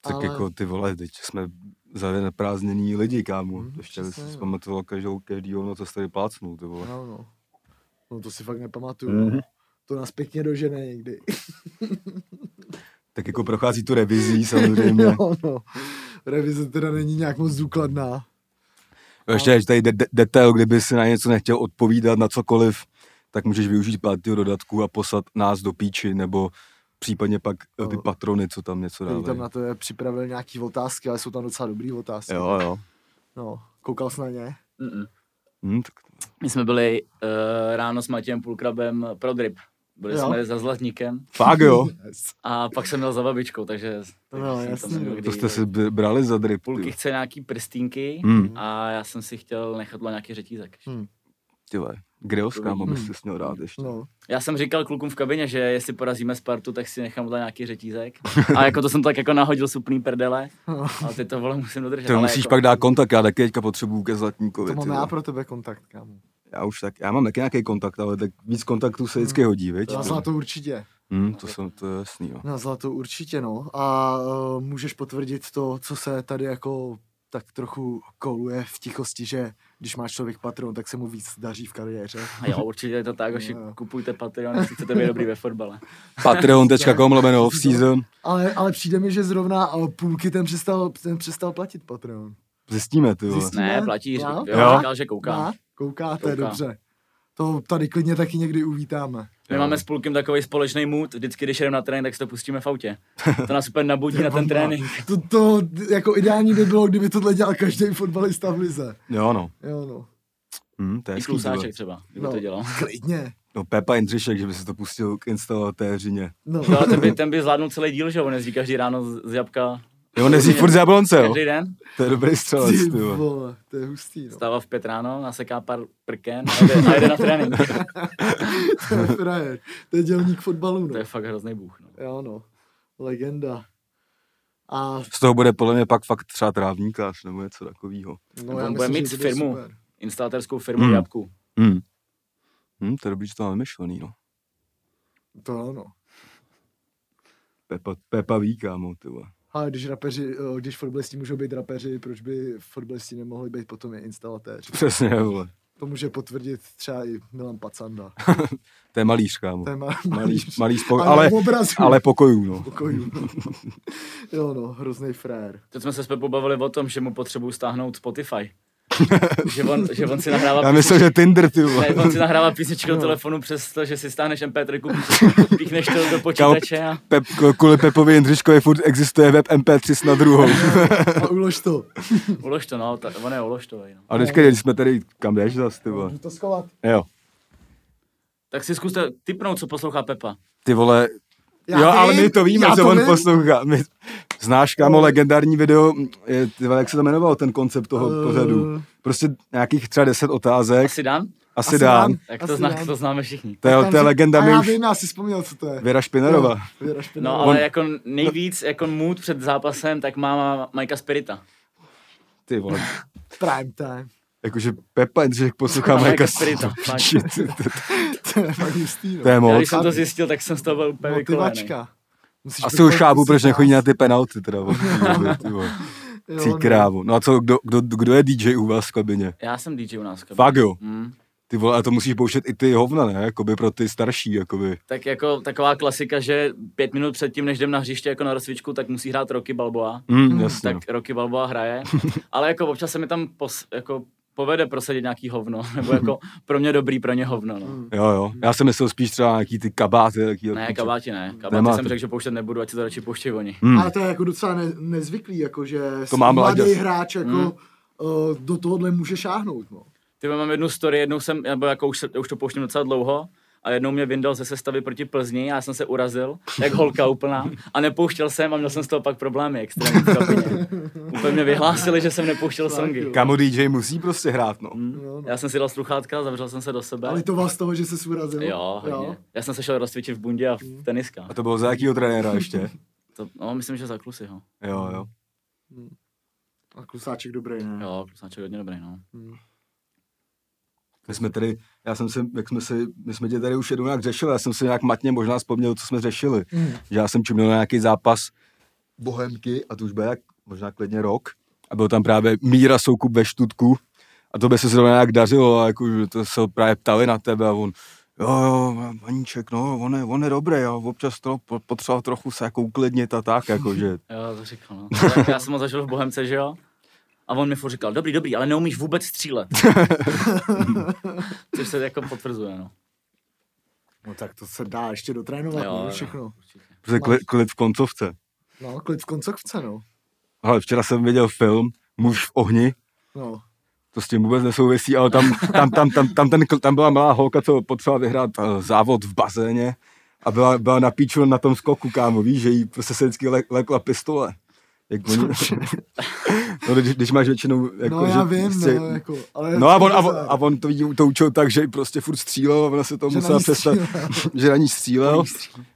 S2: Tak
S1: ale-
S2: jako ty vole, teď jsme za prázdnění lidi, kámo.
S1: Hmm,
S2: Ještě
S1: přesně,
S2: jsem si
S1: no.
S2: pamatoval každou, každý ono, co jste vyplácnul, ty vole.
S1: No, no. no to si fakt nepamatuju.
S2: Mhm.
S1: Mm-hmm. To nás pěkně dožene někdy.
S2: Tak jako prochází tu revizí samozřejmě.
S1: no, no. Revize teda není nějak moc důkladná.
S2: No. Ještě je tady de- de- detail, kdyby si na něco nechtěl odpovídat, na cokoliv, tak můžeš využít pátého dodatku a poslat nás do píči, nebo případně pak eh, ty
S1: No.
S2: patrony, co tam něco
S1: Který tam
S2: dávají.
S1: na to je připravil nějaký otázky, ale jsou tam docela dobrý otázky.
S2: Jo, jo.
S1: No, koukal jsi na ně?
S3: Mm-mm.
S2: Hm, tak
S3: My jsme byli uh, ráno s Matějem Půlkrabem pro drip. Byli
S1: Jo.
S3: jsme za Zlatníkem
S2: fakt jo,
S1: Yes.
S3: a pak jsem měl za babičkou, takže... takže
S1: No,
S3: jsem tam
S1: jasný,
S3: byl,
S1: no.
S3: kdy-
S2: to jste si br- brali za drip.
S3: Půlky
S2: ty
S3: chce nějaký prstínky
S2: Hm.
S3: a já jsem si chtěl nechat dole nějaký řetízek.
S1: Hm.
S2: Tyhle, grios, kámo,
S1: Hmm.
S2: bys si měl rád ještě.
S1: No,
S3: Já jsem říkal klukům v kabině, že jestli porazíme Spartu, tak si nechám dole nějaký řetízek. A jako to jsem tak jako nahodil s úplný prdele,
S1: No.
S3: ale ty to vole musím dodržet.
S2: To
S3: ale
S2: musíš
S3: jako,
S2: pak dát kontakt, já taky teďka potřebuju ke Zlatníkovi.
S1: to
S2: ty
S1: mám
S2: vole.
S1: já pro tebe kontakt, kámo.
S2: já už tak, já mám taky nějaký kontakt, ale tak víc kontaktů se vždycky hodí, viď?
S1: Na
S2: ty?
S1: Hm. zlato určitě.
S2: Hm, to jsem, to je jasný, jo.
S1: Na zlato určitě, no. A uh, můžeš potvrdit to, co se tady jako tak trochu koluje v tichosti, že když má člověk patron, tak se mu víc daří v kariéře.
S3: A jo, určitě je to tak, že
S1: Jo.
S3: kupujte Patreon, jestli chcete být dobrý ve fotbale.
S2: Patreon.com lomeno off season.
S1: Ale, ale přijde mi, že zrovna eh, půlky ten přestal, ten přestal platit Patreon.
S2: Zjistíme, ty vole.
S1: Zjistíme.
S3: Ne,
S1: Ne?
S3: platíš,
S1: Jo?
S3: jo,
S2: Jo.
S3: říkal, že kouká.
S1: Má? Koukáte,
S3: Kouká.
S1: Kouká. dobře. To tady klidně taky někdy uvítáme.
S3: My
S2: Jo.
S3: máme s Pulkem takový společný mood, vždycky, když jdeme na trénink, tak si to pustíme v autě. To nás úplně nabudí na ten trénink.
S1: To, to jako ideální by bylo, kdyby tohle dělal každý fotbalista v lize.
S2: Jo, no.
S1: Jo no.
S2: Hm, to je
S3: I
S2: hezký, ty vole.
S3: klusáček třeba, kdyby
S1: No.
S3: to dělal.
S1: Klidně.
S2: No Pepa Jindřišek, že by se to pustil k instalatéřině.
S1: No.
S3: No, ale ten by, ten by zvládnul celý díl, že jo? On jezdí každý ráno z z jabka,
S2: Jo, nezí furt z Jablonce, jo.
S3: každý den.
S2: To je dobrý střelec,
S1: Ty
S2: ty vole.
S1: vole, to je hustý, no.
S3: Stává v pět ráno, naseká pár prken a jde, a jde na trénink.
S1: To je frajer. To je dělník fotbalu,
S3: To
S1: no.
S3: je fakt hrozný bůh. No.
S1: Jo no. Legenda. A
S2: Z toho bude podle mě pak fakt třeba trávníkář nebo něco takového.
S1: no,
S3: On
S1: já
S3: bude
S1: myslím, že
S3: mít
S1: to bude
S3: firmu.
S1: super.
S3: Instalatérskou firmu
S2: Hmm.
S3: v Jabku.
S2: Hm. Hm, to je dobrý, že to máme myšlený, no.
S1: To ano.
S2: Pepa, Pepa ví, kámo, ty vole.
S1: A když, rapeři, eh, když fotbalisti můžou být rapeři, proč by fotbalisti nemohli být potom i instalatéři?
S2: Přesně, vole.
S1: To může potvrdit třeba i Milan Pacanda.
S2: To je malíř, kámo.
S1: To je ma-
S2: Malý,
S1: malíř.
S2: malý spo...
S1: Ale
S2: ale,
S1: v obrazu.
S2: ale pokojů, no.
S1: Pokojů. jo no, hrozný frajer.
S3: Teď jsme se spolu pobavili o tom, že mu potřebuju stáhnout Spotify. že, on, že on si nahrává
S2: Já myslím, že Tinder, ty vole.
S3: Ne, on si nahrává písničku do telefonu přes to, že si stáhneš MP3, písničku, píchneš to do počítače a...
S2: Pep, kvůli Pepovi Jindřiškovi furt existuje web MP3 na druhou.
S1: A ulož to.
S3: Ulož to, no, ta, on je ulož to. No.
S2: A teďka když jsme tady, kam jdeš zas, ty vole?
S1: Jdu to schovat.
S2: Jo.
S3: Tak si zkuste typnout, co poslouchá Pepa.
S2: Ty vole,
S1: Já
S2: jo,
S1: vím,
S2: ale my to víme,
S1: já
S2: co
S1: to
S2: on
S1: vím. No.
S2: poslouchá. My, znáš, kámo, legendární video, je, ty vole, jak se to jmenovalo, ten koncept toho
S1: Eh.
S2: pořadu? Prostě nějakých třeba 10 otázek, asi,
S3: Asi Dan?
S2: asi dám.
S3: Tak
S1: Asi
S3: to, zná,
S1: dám.
S3: to známe všichni.
S2: To je,
S1: Tam
S2: to je
S1: si-
S2: legenda,
S1: A
S2: my
S1: já
S2: už,
S1: vím, já si vzpomněl, co to je.
S2: Věra Špinerová.
S1: Věra Špinarová.
S3: No, ale jako nejvíc jako mood před zápasem, tak má Majka Spirita.
S2: Ty vole,
S1: Prime time.
S2: jakože Pepa Jindřišek poslouchá Majka
S3: Majka
S2: Spirita.
S3: Spirita, fakt.
S1: To je fakt hustý, no.
S2: To je
S3: Já
S2: moc.
S3: když jsem to zjistil, tak jsem z toho byl
S2: No,
S3: úplně vykolený.
S1: Motivačka. Musíš
S2: Asi už
S1: být
S2: chápu, proč
S1: motivací,
S2: nechodí na ty penalty, teda. vole. Ty vole.
S1: jo, no.
S2: Cí krávu. No a co, kdo, kdo, kdo je DJ u vás v kabině?
S3: Já jsem DJ u nás. Fakt?
S2: Fakt jo.
S3: Mm.
S2: Ty vole, a to musíš pouštět i ty hovna, ne? Jakoby pro ty starší, jakoby.
S3: Tak jako taková klasika, že pět minut předtím, než jdem na hřiště jako na rozcvičku, tak musí hrát Rocky Balboa.
S2: Mm, jasně.
S3: Tak Rocky Balboa hraje, ale jako občas se mi tam pos, jako povede prosadit nějaký hovno, nebo jako pro mě dobrý, pro ně hovno. No.
S2: Jo, jo. Já jsem myslel spíš třeba nějaký ty kabáty. Taký
S3: Ne,
S2: jaký-
S3: kabáti ne. Kabáti
S2: Nemáte.
S3: jsem řekl, že pouštět nebudu, ať si to radši pouštějí oni.
S2: Mm.
S1: Ale to je jako docela ne, nezvyklý, jako že
S2: To mám
S1: mladý
S2: mláďas.
S1: hráč jako
S3: Mm.
S1: uh, do tohohle může šáhnout. No.
S3: Ty mám jednu story, jednou jsem, nebo jako už, se- už to pouštím docela dlouho, a jednou mě vyndal ze sestavy proti Plzni a já jsem se urazil, jak holka úplná, a nepouštěl jsem a měl jsem z toho pak problémy extrémní v kabině. Úplně mě vyhlásili, že jsem nepouštěl songy.
S2: Kamo DJ musí prostě hrát, no.
S1: Jo, no.
S3: Já jsem si dal sluchátka, zavřel jsem se do sebe.
S1: Ale to vás z toho, že se urazil?
S3: Jo, hodně. Já jsem se šel rozcvičit v bundě a v teniskách.
S2: A to bylo za jakýho trenéra ještě?
S3: To, no, myslím, že za klusy, ho.
S2: Jo, jo.
S1: A klusáček dobrý, ne?
S3: Jo, klusáček hodně dobrý, no.
S2: My jsme tady, já jsem se, jak jsme si, my jsme tě tady už jednou nějak řešili, já jsem si nějak matně možná vzpomněl, co jsme řešili.
S1: Mm.
S2: Že já jsem čuměl na nějaký zápas Bohemky a to už bude jak, možná klidně rok. A byl tam právě Míra Soukup ve Štutku a to by se zrovna nějak dařilo a jako, že to se ho právě ptali na tebe a on, jo, jo, paníček, no, on je, on je dobrý, jo, občas to po- potřeboval trochu se jako uklidnit a tak, jako, že
S3: Jo, to říkal, no. Tak já jsem ho zažil v Bohemce, že jo? A on mi furt říkal, dobrý, dobrý, ale neumíš vůbec střílet. Což se jako potvrzuje, no.
S1: No tak to se dá ještě dotrénovat,
S3: Jo,
S1: jo,
S3: jo.
S1: všechno.
S3: Určitě.
S2: prostě klid, klid v koncovce.
S1: No, klid v koncovce, no.
S2: Ale včera jsem viděl film Muž v ohni,
S1: no.
S2: to s tím vůbec nesouvisí, ale tam, tam, tam, tam, tam, ten, kl- tam byla malá holka, co potřeba vyhrát eh, závod v bazéně a byla, byla na píču na tom skoku, kámo, víš, že jí prostě se vždycky le, lekla pistole. Jak oni, no, když, když, máš většinou... Jako,
S1: no já
S2: že,
S1: vím,
S2: prostě-
S1: no, jako, ale
S2: No a on, a, on, a on to, vidí, to učil tak, že prostě furt střílel a ona se to
S1: Že na
S2: musela
S1: ní
S2: přestat,
S1: střílel.
S2: že na ní střílel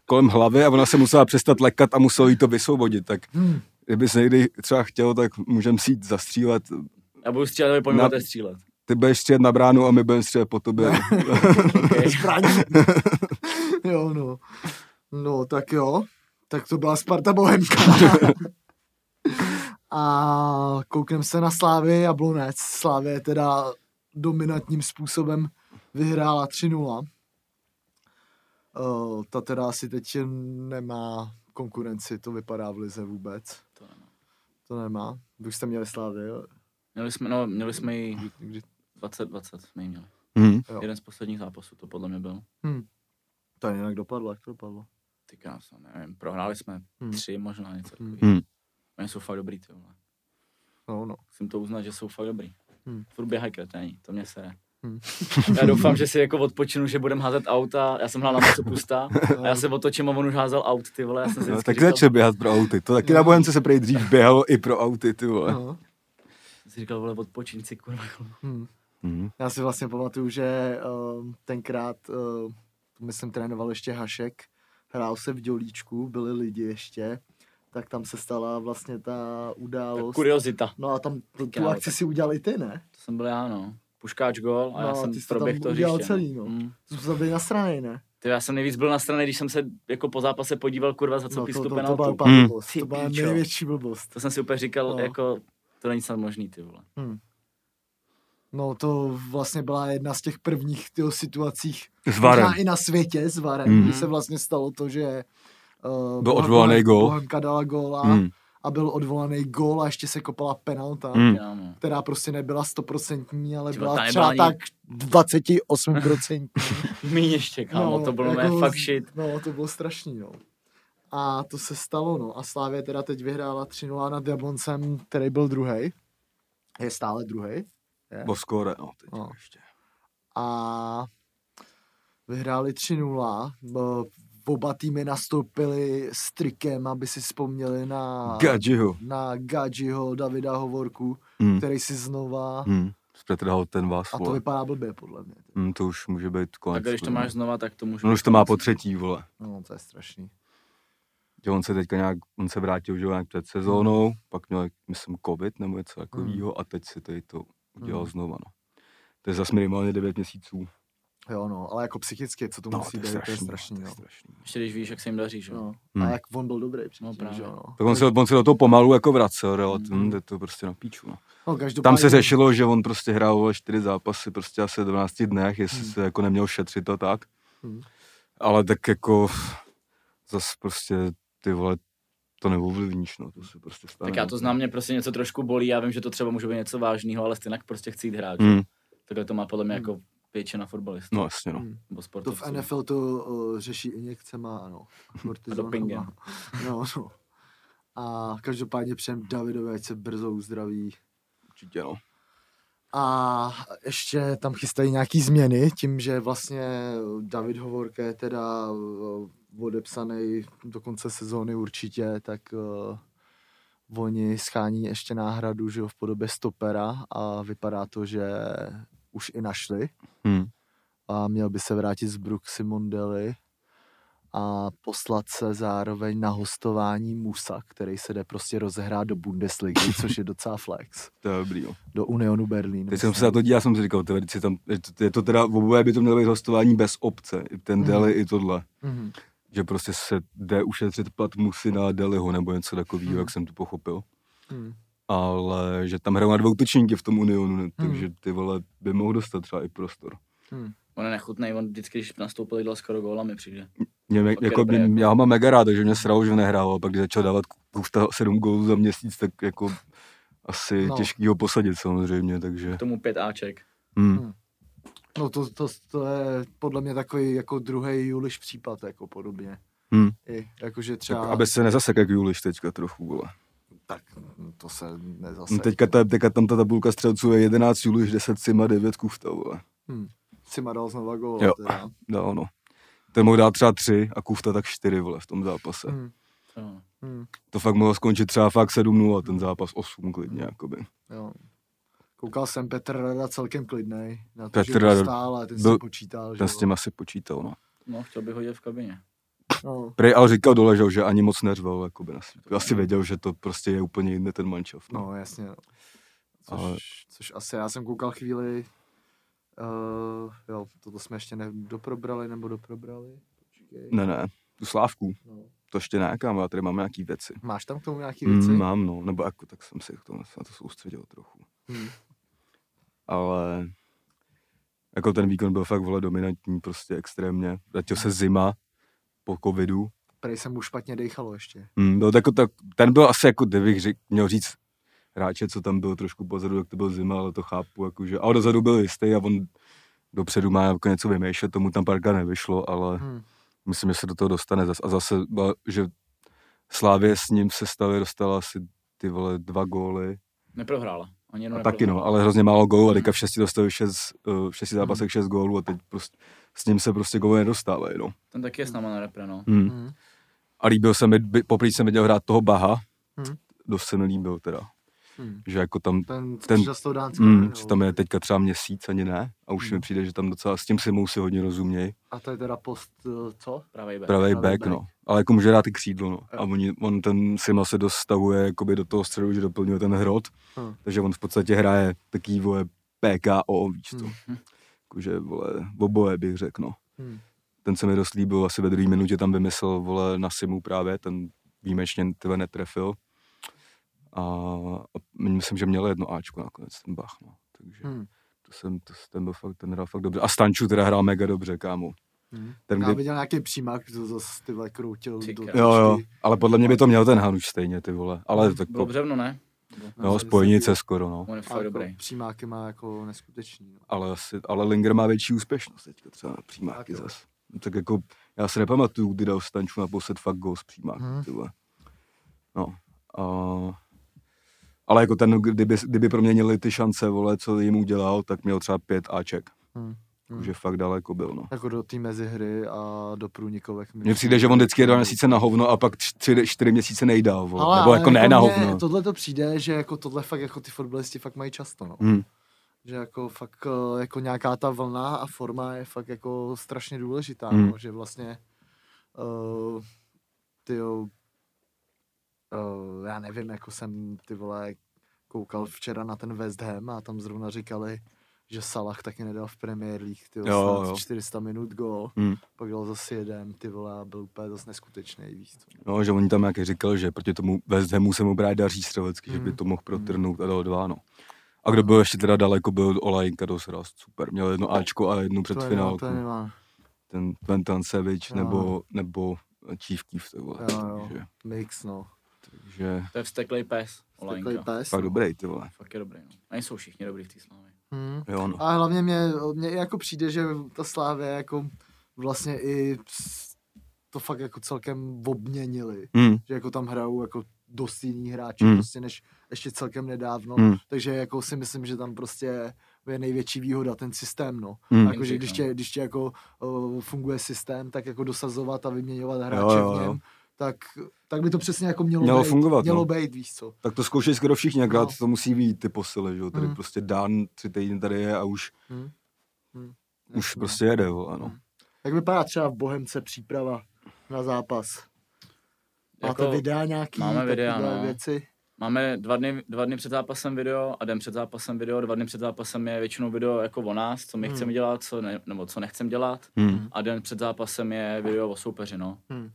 S2: kolem hlavy a ona se musela přestat lekat a musel jí to vysvobodit, tak hmm. kdyby se někdy třeba chtěl, tak můžem si jít zastřílet.
S3: Já budu střílet, aby
S2: Na-
S3: pojmujete střílet.
S2: Ty budeš střílet na bránu a my budeme střílet po tobě.
S1: No.
S3: Okay.
S1: Zbraní. jo, no. No, tak jo. Tak to byla Sparta Bohemka. a koukneme se na Slávy Jablonec. Slávě teda dominantním způsobem vyhrála 3-0. Eh, Ta teda asi teď nemá konkurenci, to vypadá v lize vůbec.
S3: To nemá.
S1: To nemá. Vy už jste měli Slávy, jo?
S3: Měli jsme, no, měli jsme ji
S1: Kdy-
S3: 20-20, jsme ji měli.
S2: Hmm.
S1: Jo.
S3: Jeden z posledních zápasů, to podle mě byl.
S1: Hm. To jinak dopadlo, jak to dopadlo.
S3: Ty krása, nevím, prohráli jsme
S1: Hmm.
S3: tři možná něco
S1: Hmm.
S3: takového.
S2: Hmm.
S3: Oni jsou fakt dobrý, ty vole.
S1: No, no.
S3: Musím to uznat, že jsou fakt dobrý.
S1: Hmm.
S3: Hmm. Furt běhají kreténi, to mě sere.
S1: Hmm.
S3: Hmm. Já doufám, že si jako odpočinu, že budem házet auta, já jsem hrál na moc pustá a já se otočím a on už házel aut, ty vole, já jsem si
S2: No,
S3: vždycky
S2: tak
S3: říkal,
S2: začne běhat pro auty. To taky na Bohemce se prej dřív běhalo i pro auty, ty vole.
S1: no.
S3: jsem si říkal, vole, odpočin si, kurva. chlapu.
S1: Hm.
S2: Hmm.
S1: Já si vlastně pamatuju, že uh, tenkrát, uh, myslím, trénoval ještě Hašek, hrál se v Dělíčku, byli lidi ještě, tak tam se stala vlastně ta
S3: Tak
S1: událost.
S3: Kuriozita,
S1: No a tam tu, tu
S3: Krávo,
S1: akci si udělal i ty, ne?
S3: to jsem byl já, no. Puškáč gol a
S1: No,
S3: já
S1: a
S3: jsem
S1: ty jsi to tam
S3: proběh to
S1: udělal
S3: hřiště.
S1: celý, no.
S3: Mm.
S1: To jsme byli nasranej, ne?
S3: Ty, já jsem nejvíc byl na straně, když jsem se jako po zápase podíval, kurva, za co
S1: no, to, to,
S3: no, pístu
S1: to
S3: penaltu.
S1: byla
S3: To,
S1: úplná
S2: Hm.
S1: blbost,
S3: Ty
S1: to byla
S3: pičo.
S1: největší blbost.
S3: jsem si úplně říkal,
S1: No.
S3: jako, to není snad možný, ty vole.
S1: Hm. No to vlastně byla jedna z těch prvních tyho situacích,
S2: S Varem.
S1: možná i na světě s Varem,
S2: Mhm.
S1: kdy se vlastně stalo to, že uh,
S2: Byl odvolaný gól.
S1: Bohemka dala gól a,
S2: Mm.
S1: a byl odvolaný gól a ještě se kopala penalta,
S2: Mm.
S3: Kámo.
S1: která prostě nebyla stoprocentní, ale
S3: Hmm. Ty vole, ta
S1: byla
S3: nebyla
S1: třeba
S3: ani-
S1: tak 28%.
S3: Míň ještě, kámo, to bylo jako... fakt shit.
S1: No, to bylo strašný, no. A to se stalo, no. A Slávě teda teď vyhrála 3-0 nad Jabloncem, který byl druhý. Je stále druhý.
S2: Boskore, no, teď
S1: No.
S2: ještě.
S1: A vyhráli 3-0. B- Oba týmy nastoupili s trikem, aby si vzpomněli na,
S2: Gadžiho.
S1: na Gadžiho Davida Hovorku,
S2: Mm.
S1: který si znova...
S2: Mm. Zpřetrhal ten vás,
S1: A to
S2: vole.
S1: vypadá blbě, podle mě.
S2: Mm, to už může být konec.
S3: Tak když to
S2: vole.
S3: máš znova, tak to můžu...
S2: no. On už to má po třetí, vole.
S1: No, to je strašný.
S2: Že on se teďka nějak, on se vrátil, že jo, nějak před sezónou, pak měl, myslím, covid nebo něco
S1: Hmm.
S2: takového a teď si tady to udělal
S1: Mm.
S2: znova, no. To je zase minimálně 9 měsíců.
S1: Jo, no, ale jako psychicky, co to
S2: No,
S1: musí být, to je strašný,
S2: to je
S1: no.
S2: strašný.
S3: Ještě když víš, jak se jim daří, že? jo?
S1: No.
S2: Hmm.
S1: A jak on byl dobrý předtím,
S3: No, právě.
S1: že jo, no.
S2: Tak on se, on se do toho pomalu jako vracel, relativně,
S3: Mm.
S2: jde to prostě na píču, no.
S1: no každopádně,
S2: Tam se řešilo, že on prostě hrál vole, čtyři zápasy prostě asi v 12 dnech, jestli
S1: Hmm.
S2: se jako neměl šetřit a tak.
S1: Hmm.
S2: Ale tak jako zas prostě ty vole to neovlivníš, no, to se prostě stane.
S3: Tak já
S2: no.
S3: to znám, mě prostě něco trošku bolí, já vím, že to třeba může být něco vážného, ale stejně prostě chci jít hrát. Mm.
S2: Hmm.
S3: Takhle to má podle mě jako většina fotbalistů
S2: No jasně, no.
S1: Hmm.
S3: nebo
S1: To v
S3: sportovců.
S1: NFL to uh, řeší injekcema, ano. kortizonama.
S3: dopingem.
S1: No, no. A každopádně přejem Davidovi, ať se brzo uzdraví.
S2: Určitě, no.
S1: A ještě tam chystají nějaký změny, tím, že vlastně David Hovorka je teda uh, odepsaný do konce sezóny určitě, tak uh, oni schání ještě náhradu, že jo, v podobě stopera a vypadá to, že už i našli
S2: Hmm.
S1: a měl by se vrátit z Brooksy Mondely a poslat se zároveň na hostování Musa, který se jde prostě rozehrát do Bundesligy, což je docela flex,
S2: To je dobrý, jo.
S1: do Unionu Berlín.
S2: Teď jsem se na to díval, jsem si říkal, tyhle, si tam, je to- je to teda, oboje by to mělo být hostování bez obce, i ten
S1: Mhm.
S2: Deli, i tohle.
S1: Mm-hmm.
S2: Že prostě se jde ušetřit plat musy na Deliho, nebo něco takového,
S1: Mhm.
S2: jak jsem to pochopil.
S1: Mm.
S2: Ale že tam hrajou na dvou točníky v tom Unionu, ne?
S1: Mhm.
S2: takže ty vole by mohl dostat třeba i prostor.
S3: On je nechutnej, on vždycky, když nastoupil, dal skoro góla, mi přijde.
S2: Mě, mě,
S3: Fakt je
S2: jako,
S3: dobrý,
S2: mě,
S3: jako.
S2: já ho mám mega rád, takže mě sralo, že nehrál, a pak když začal dávat Kusta 7 gólů za měsíc, tak jako asi
S1: No.
S2: no. těžký ho posadit samozřejmě, takže...
S3: K tomu pět Aček.
S2: Hmm.
S1: No to, to, to, je podle mě takový jako druhý Juliš případ, jako podobně.
S2: Hmm.
S1: I, jakože
S2: Tak,
S1: třeba...
S2: aby se nezasek jak Juliš teďka trochu, vole.
S1: Tak no to se nezase...
S2: No teďka, ta, teďka tam ta tabulka střelců je 11 Juliš, 10 Sima, 9 Kufta, vole.
S1: Cima dal Hmm. znova gól.
S2: Jo.
S1: Teda.
S2: No, no. Ten mohl dát třeba 3 a Kufta tak 4, vole, v tom zápase.
S1: Mm.
S3: To-
S1: Mm.
S2: To fakt mohlo skončit třeba fakt 7-0 a ten zápas 8 klidně, jakoby.
S1: Jo. Koukal jsem Petr Rada celkem klidnej. Na to,
S2: Petr
S1: Petr
S2: Rada
S1: že stál, ale ten
S2: byl-
S1: si počítal.
S2: Ten
S1: že
S2: s
S1: jo.
S2: tím asi počítal, no.
S3: No, chtěl bych hodit v kabině.
S1: No,
S2: Prej ale říkal doležel, že ani moc neřval, jakoby na svítku. Asi věděl, že to prostě je úplně jiný ten mančov. No.
S1: Mm. no jasně. no. Což,
S2: Ale-
S1: ale... což asi, já jsem koukal chvíli, uh, jo, toto jsme ještě nedoprobrali, nebo doprobrali. Počkej.
S2: Ne, ne, tu slávku,
S1: No.
S2: to ještě ne, kámo, já tady mám nějaký věci.
S1: Máš tam k tomu nějaký věci?
S2: Mm, mám, no, nebo jako, tak jsem se k tomu, na to soustředil trochu.
S1: Hmm.
S2: ale jako ten výkon byl fakt vole dominantní, prostě extrémně. Vrátil se zima po covidu.
S1: Prej se mu špatně dejchalo ještě.
S2: Hmm, byl tak, tak, ten byl asi jako, kdybych řek, měl říct hráče, co tam byl trošku pozadu, jak to byl zima, ale to chápu. Jakože, a dozadu byl jistý a on dopředu má jako něco vymýšlet, tomu tam parka nevyšlo, ale
S1: Hmm.
S2: myslím, že se do toho dostane zase. A zase, byla- že Slávě s ním se stavě dostala asi ty vole dva góly.
S3: Neprohrála. Ani jednou
S2: A taky
S3: neprohrála.
S2: no, ale hrozně málo gólů a teďka v šesti dostali šest, eh, v šesti zápasech šest gólů a teď prostě s ním se prostě góly nedostávají, no.
S3: Ten taky je s náma na repre, no.
S2: Hmm.
S1: Hmm.
S2: A líbil se mi, by- poprvé jsem viděl hrát toho Baha,
S1: Mhm.
S2: dost se mi líbil teda,
S1: Hmm.
S2: že jako tam,
S1: Ten,
S2: Ten-
S1: ten... z toho Dánska.
S2: mm,
S1: jo.
S2: že tam je teďka třeba měsíc, ani ne, a už
S1: Mm.
S2: mi přijde, že tam docela s tím Simou si hodně rozumějí,
S1: A to je teda post, eh, co?
S3: Pravej back.
S2: pravý
S1: Pravý
S2: back,
S1: back.
S2: no. Ale jako může hrát i křídlo, no.
S1: Jo.
S2: A oni, on ten Sima se dostavuje jakoby do toho středu, že doplňuje ten hrot,
S1: Hm.
S2: takže on v podstatě hraje taký, vole, PKO, víš co.
S1: Mhm.
S2: Jakože, vole, oboje bych řekl, no.
S1: Hmm.
S2: ten se mi dost líbil, asi ve druhé minutě tam vymyslel, vole, na Simu právě, ten výjimečně tebe netrefil. A, a myslím, že měl jedno Ačko nakonec, ten Bach, no. Takže
S1: Hmm.
S2: To jsem, to, ten byl fakt, ten hrál fakt dobře. A Stanču teda hrál mega dobře, kámo.
S1: Hm.
S2: Ten,
S1: Já
S2: kdy,
S1: viděl nějaký přímák, to zase ty vole kroutil.
S3: Ty
S1: do
S3: krá-
S1: tašky.
S2: jo, jo, ale podle mě by to měl ten Han už stejně, ty vole.
S1: No,
S2: Ale tak,
S3: Bylo břevno, ne?
S2: no, spojnice skoro, no.
S3: On je
S1: A
S3: fakt
S1: jako
S3: dobrý.
S1: přímáky má jako neskutečný. No.
S2: Ale, asi, ale Linger má větší úspěšnost teďka třeba na
S1: Tak
S2: přímáky
S1: jo.
S2: zas. No, tak jako, já si nepamatuju, kdy dal Stanču na posed fakt gol z přímáku,
S1: Mhm.
S2: hmm. ty vole. No. A, ale jako ten, kdyby, kdyby proměnili ty šance, vole, co jim udělal, tak měl třeba pět Aček.
S1: Hm.
S2: Hmm. Že fakt daleko byl, no.
S1: Jako do té mezihry a do průnikovek.
S2: Mně přijde, že on vždycky je dva měsíce na hovno a pak tři, čtyři měsíce nejdá, vole.
S1: Ale,
S2: Nebo
S1: ale
S2: jako ne na hovno.
S1: Tohle to přijde, že jako tohle fakt jako ty fotbalisti fakt mají často, no.
S2: Hmm.
S1: Že jako fakt eh, jako nějaká ta vlna a forma je fakt jako strašně důležitá,
S2: Hmm.
S1: no. Že vlastně uh, ty jo, uh, já nevím, jako jsem ty vole koukal včera na ten West Ham a tam zrovna říkali, že Salah taky nedal v Premier League, ty
S2: Jo,
S1: jo,
S2: jo.
S1: 400 minut gol,
S2: Hmm.
S1: pak dal zase jeden, ty vole, a byl úplně zase neskutečný, víc.
S2: No, že oni tam jak říkal, že proti tomu West Hamu se mu právě daří střelecky, že by
S1: Mm.
S2: to mohl protrhnout a dal dva, no. A kdo byl ještě teda daleko, byl Olajinka, to se hrál super. Měl jedno Ačko a jednu
S1: To
S2: před
S1: nemá,
S2: finálku.
S1: to no nemá.
S2: Ten Ventan Sevič
S1: Jo.
S2: nebo, nebo Chief Keef, to vole.
S1: Jo, jo.
S2: Takže,
S1: Mix, no.
S2: takže
S3: To je vzteklej pes.
S1: Takový
S3: Olajnka.
S1: pes.
S2: fakt
S1: no.
S2: dobrý, ty vole.
S3: Fakt je dobrý. No. Nejsou všichni dobrý v té slávě.
S1: Hmm.
S2: Jo, no.
S1: A hlavně mě, mě jako přijde, že ta Slávě jako vlastně i s- to fakt jako celkem obměnili.
S2: Mm,
S1: Že jako tam hrajou jako dost jiný hráči
S2: Hmm.
S1: prostě než ještě celkem nedávno.
S2: Hmm.
S1: Takže jako si myslím, že tam prostě je největší výhoda ten systém, no.
S2: mm.
S1: Jako, že když tě, když tě jako uh, funguje systém, tak jako dosazovat a vyměňovat hráče
S2: jo,
S1: v
S2: jo.
S1: něm, tak, tak by to přesně jako mělo,
S2: Mělo
S1: být,
S2: fungovat,
S1: mělo
S2: no.
S1: být, víš co.
S2: Tak to zkoušej skoro všichni, akorát
S1: No.
S2: to musí být ty posily, že jo. Tady
S1: Mm.
S2: prostě Dan tři týdny tady je a už,
S1: Hmm. Hmm.
S2: už
S1: Jasně.
S2: prostě jede, vole, no.
S1: Mm. Jak vypadá třeba v Bohemce příprava na zápas? Máte
S3: Jako-
S1: videa nějaký?
S3: máme videa,
S1: takové
S3: no.
S1: věci?
S3: Máme dva dny, dva dny před zápasem video a den před zápasem video. Dva dny před zápasem je většinou video jako o nás, co my
S1: Hmm.
S3: chceme dělat, co ne, nebo co nechceme dělat.
S2: Mm.
S3: A den před zápasem je video o soupeři, no.
S1: Hmm.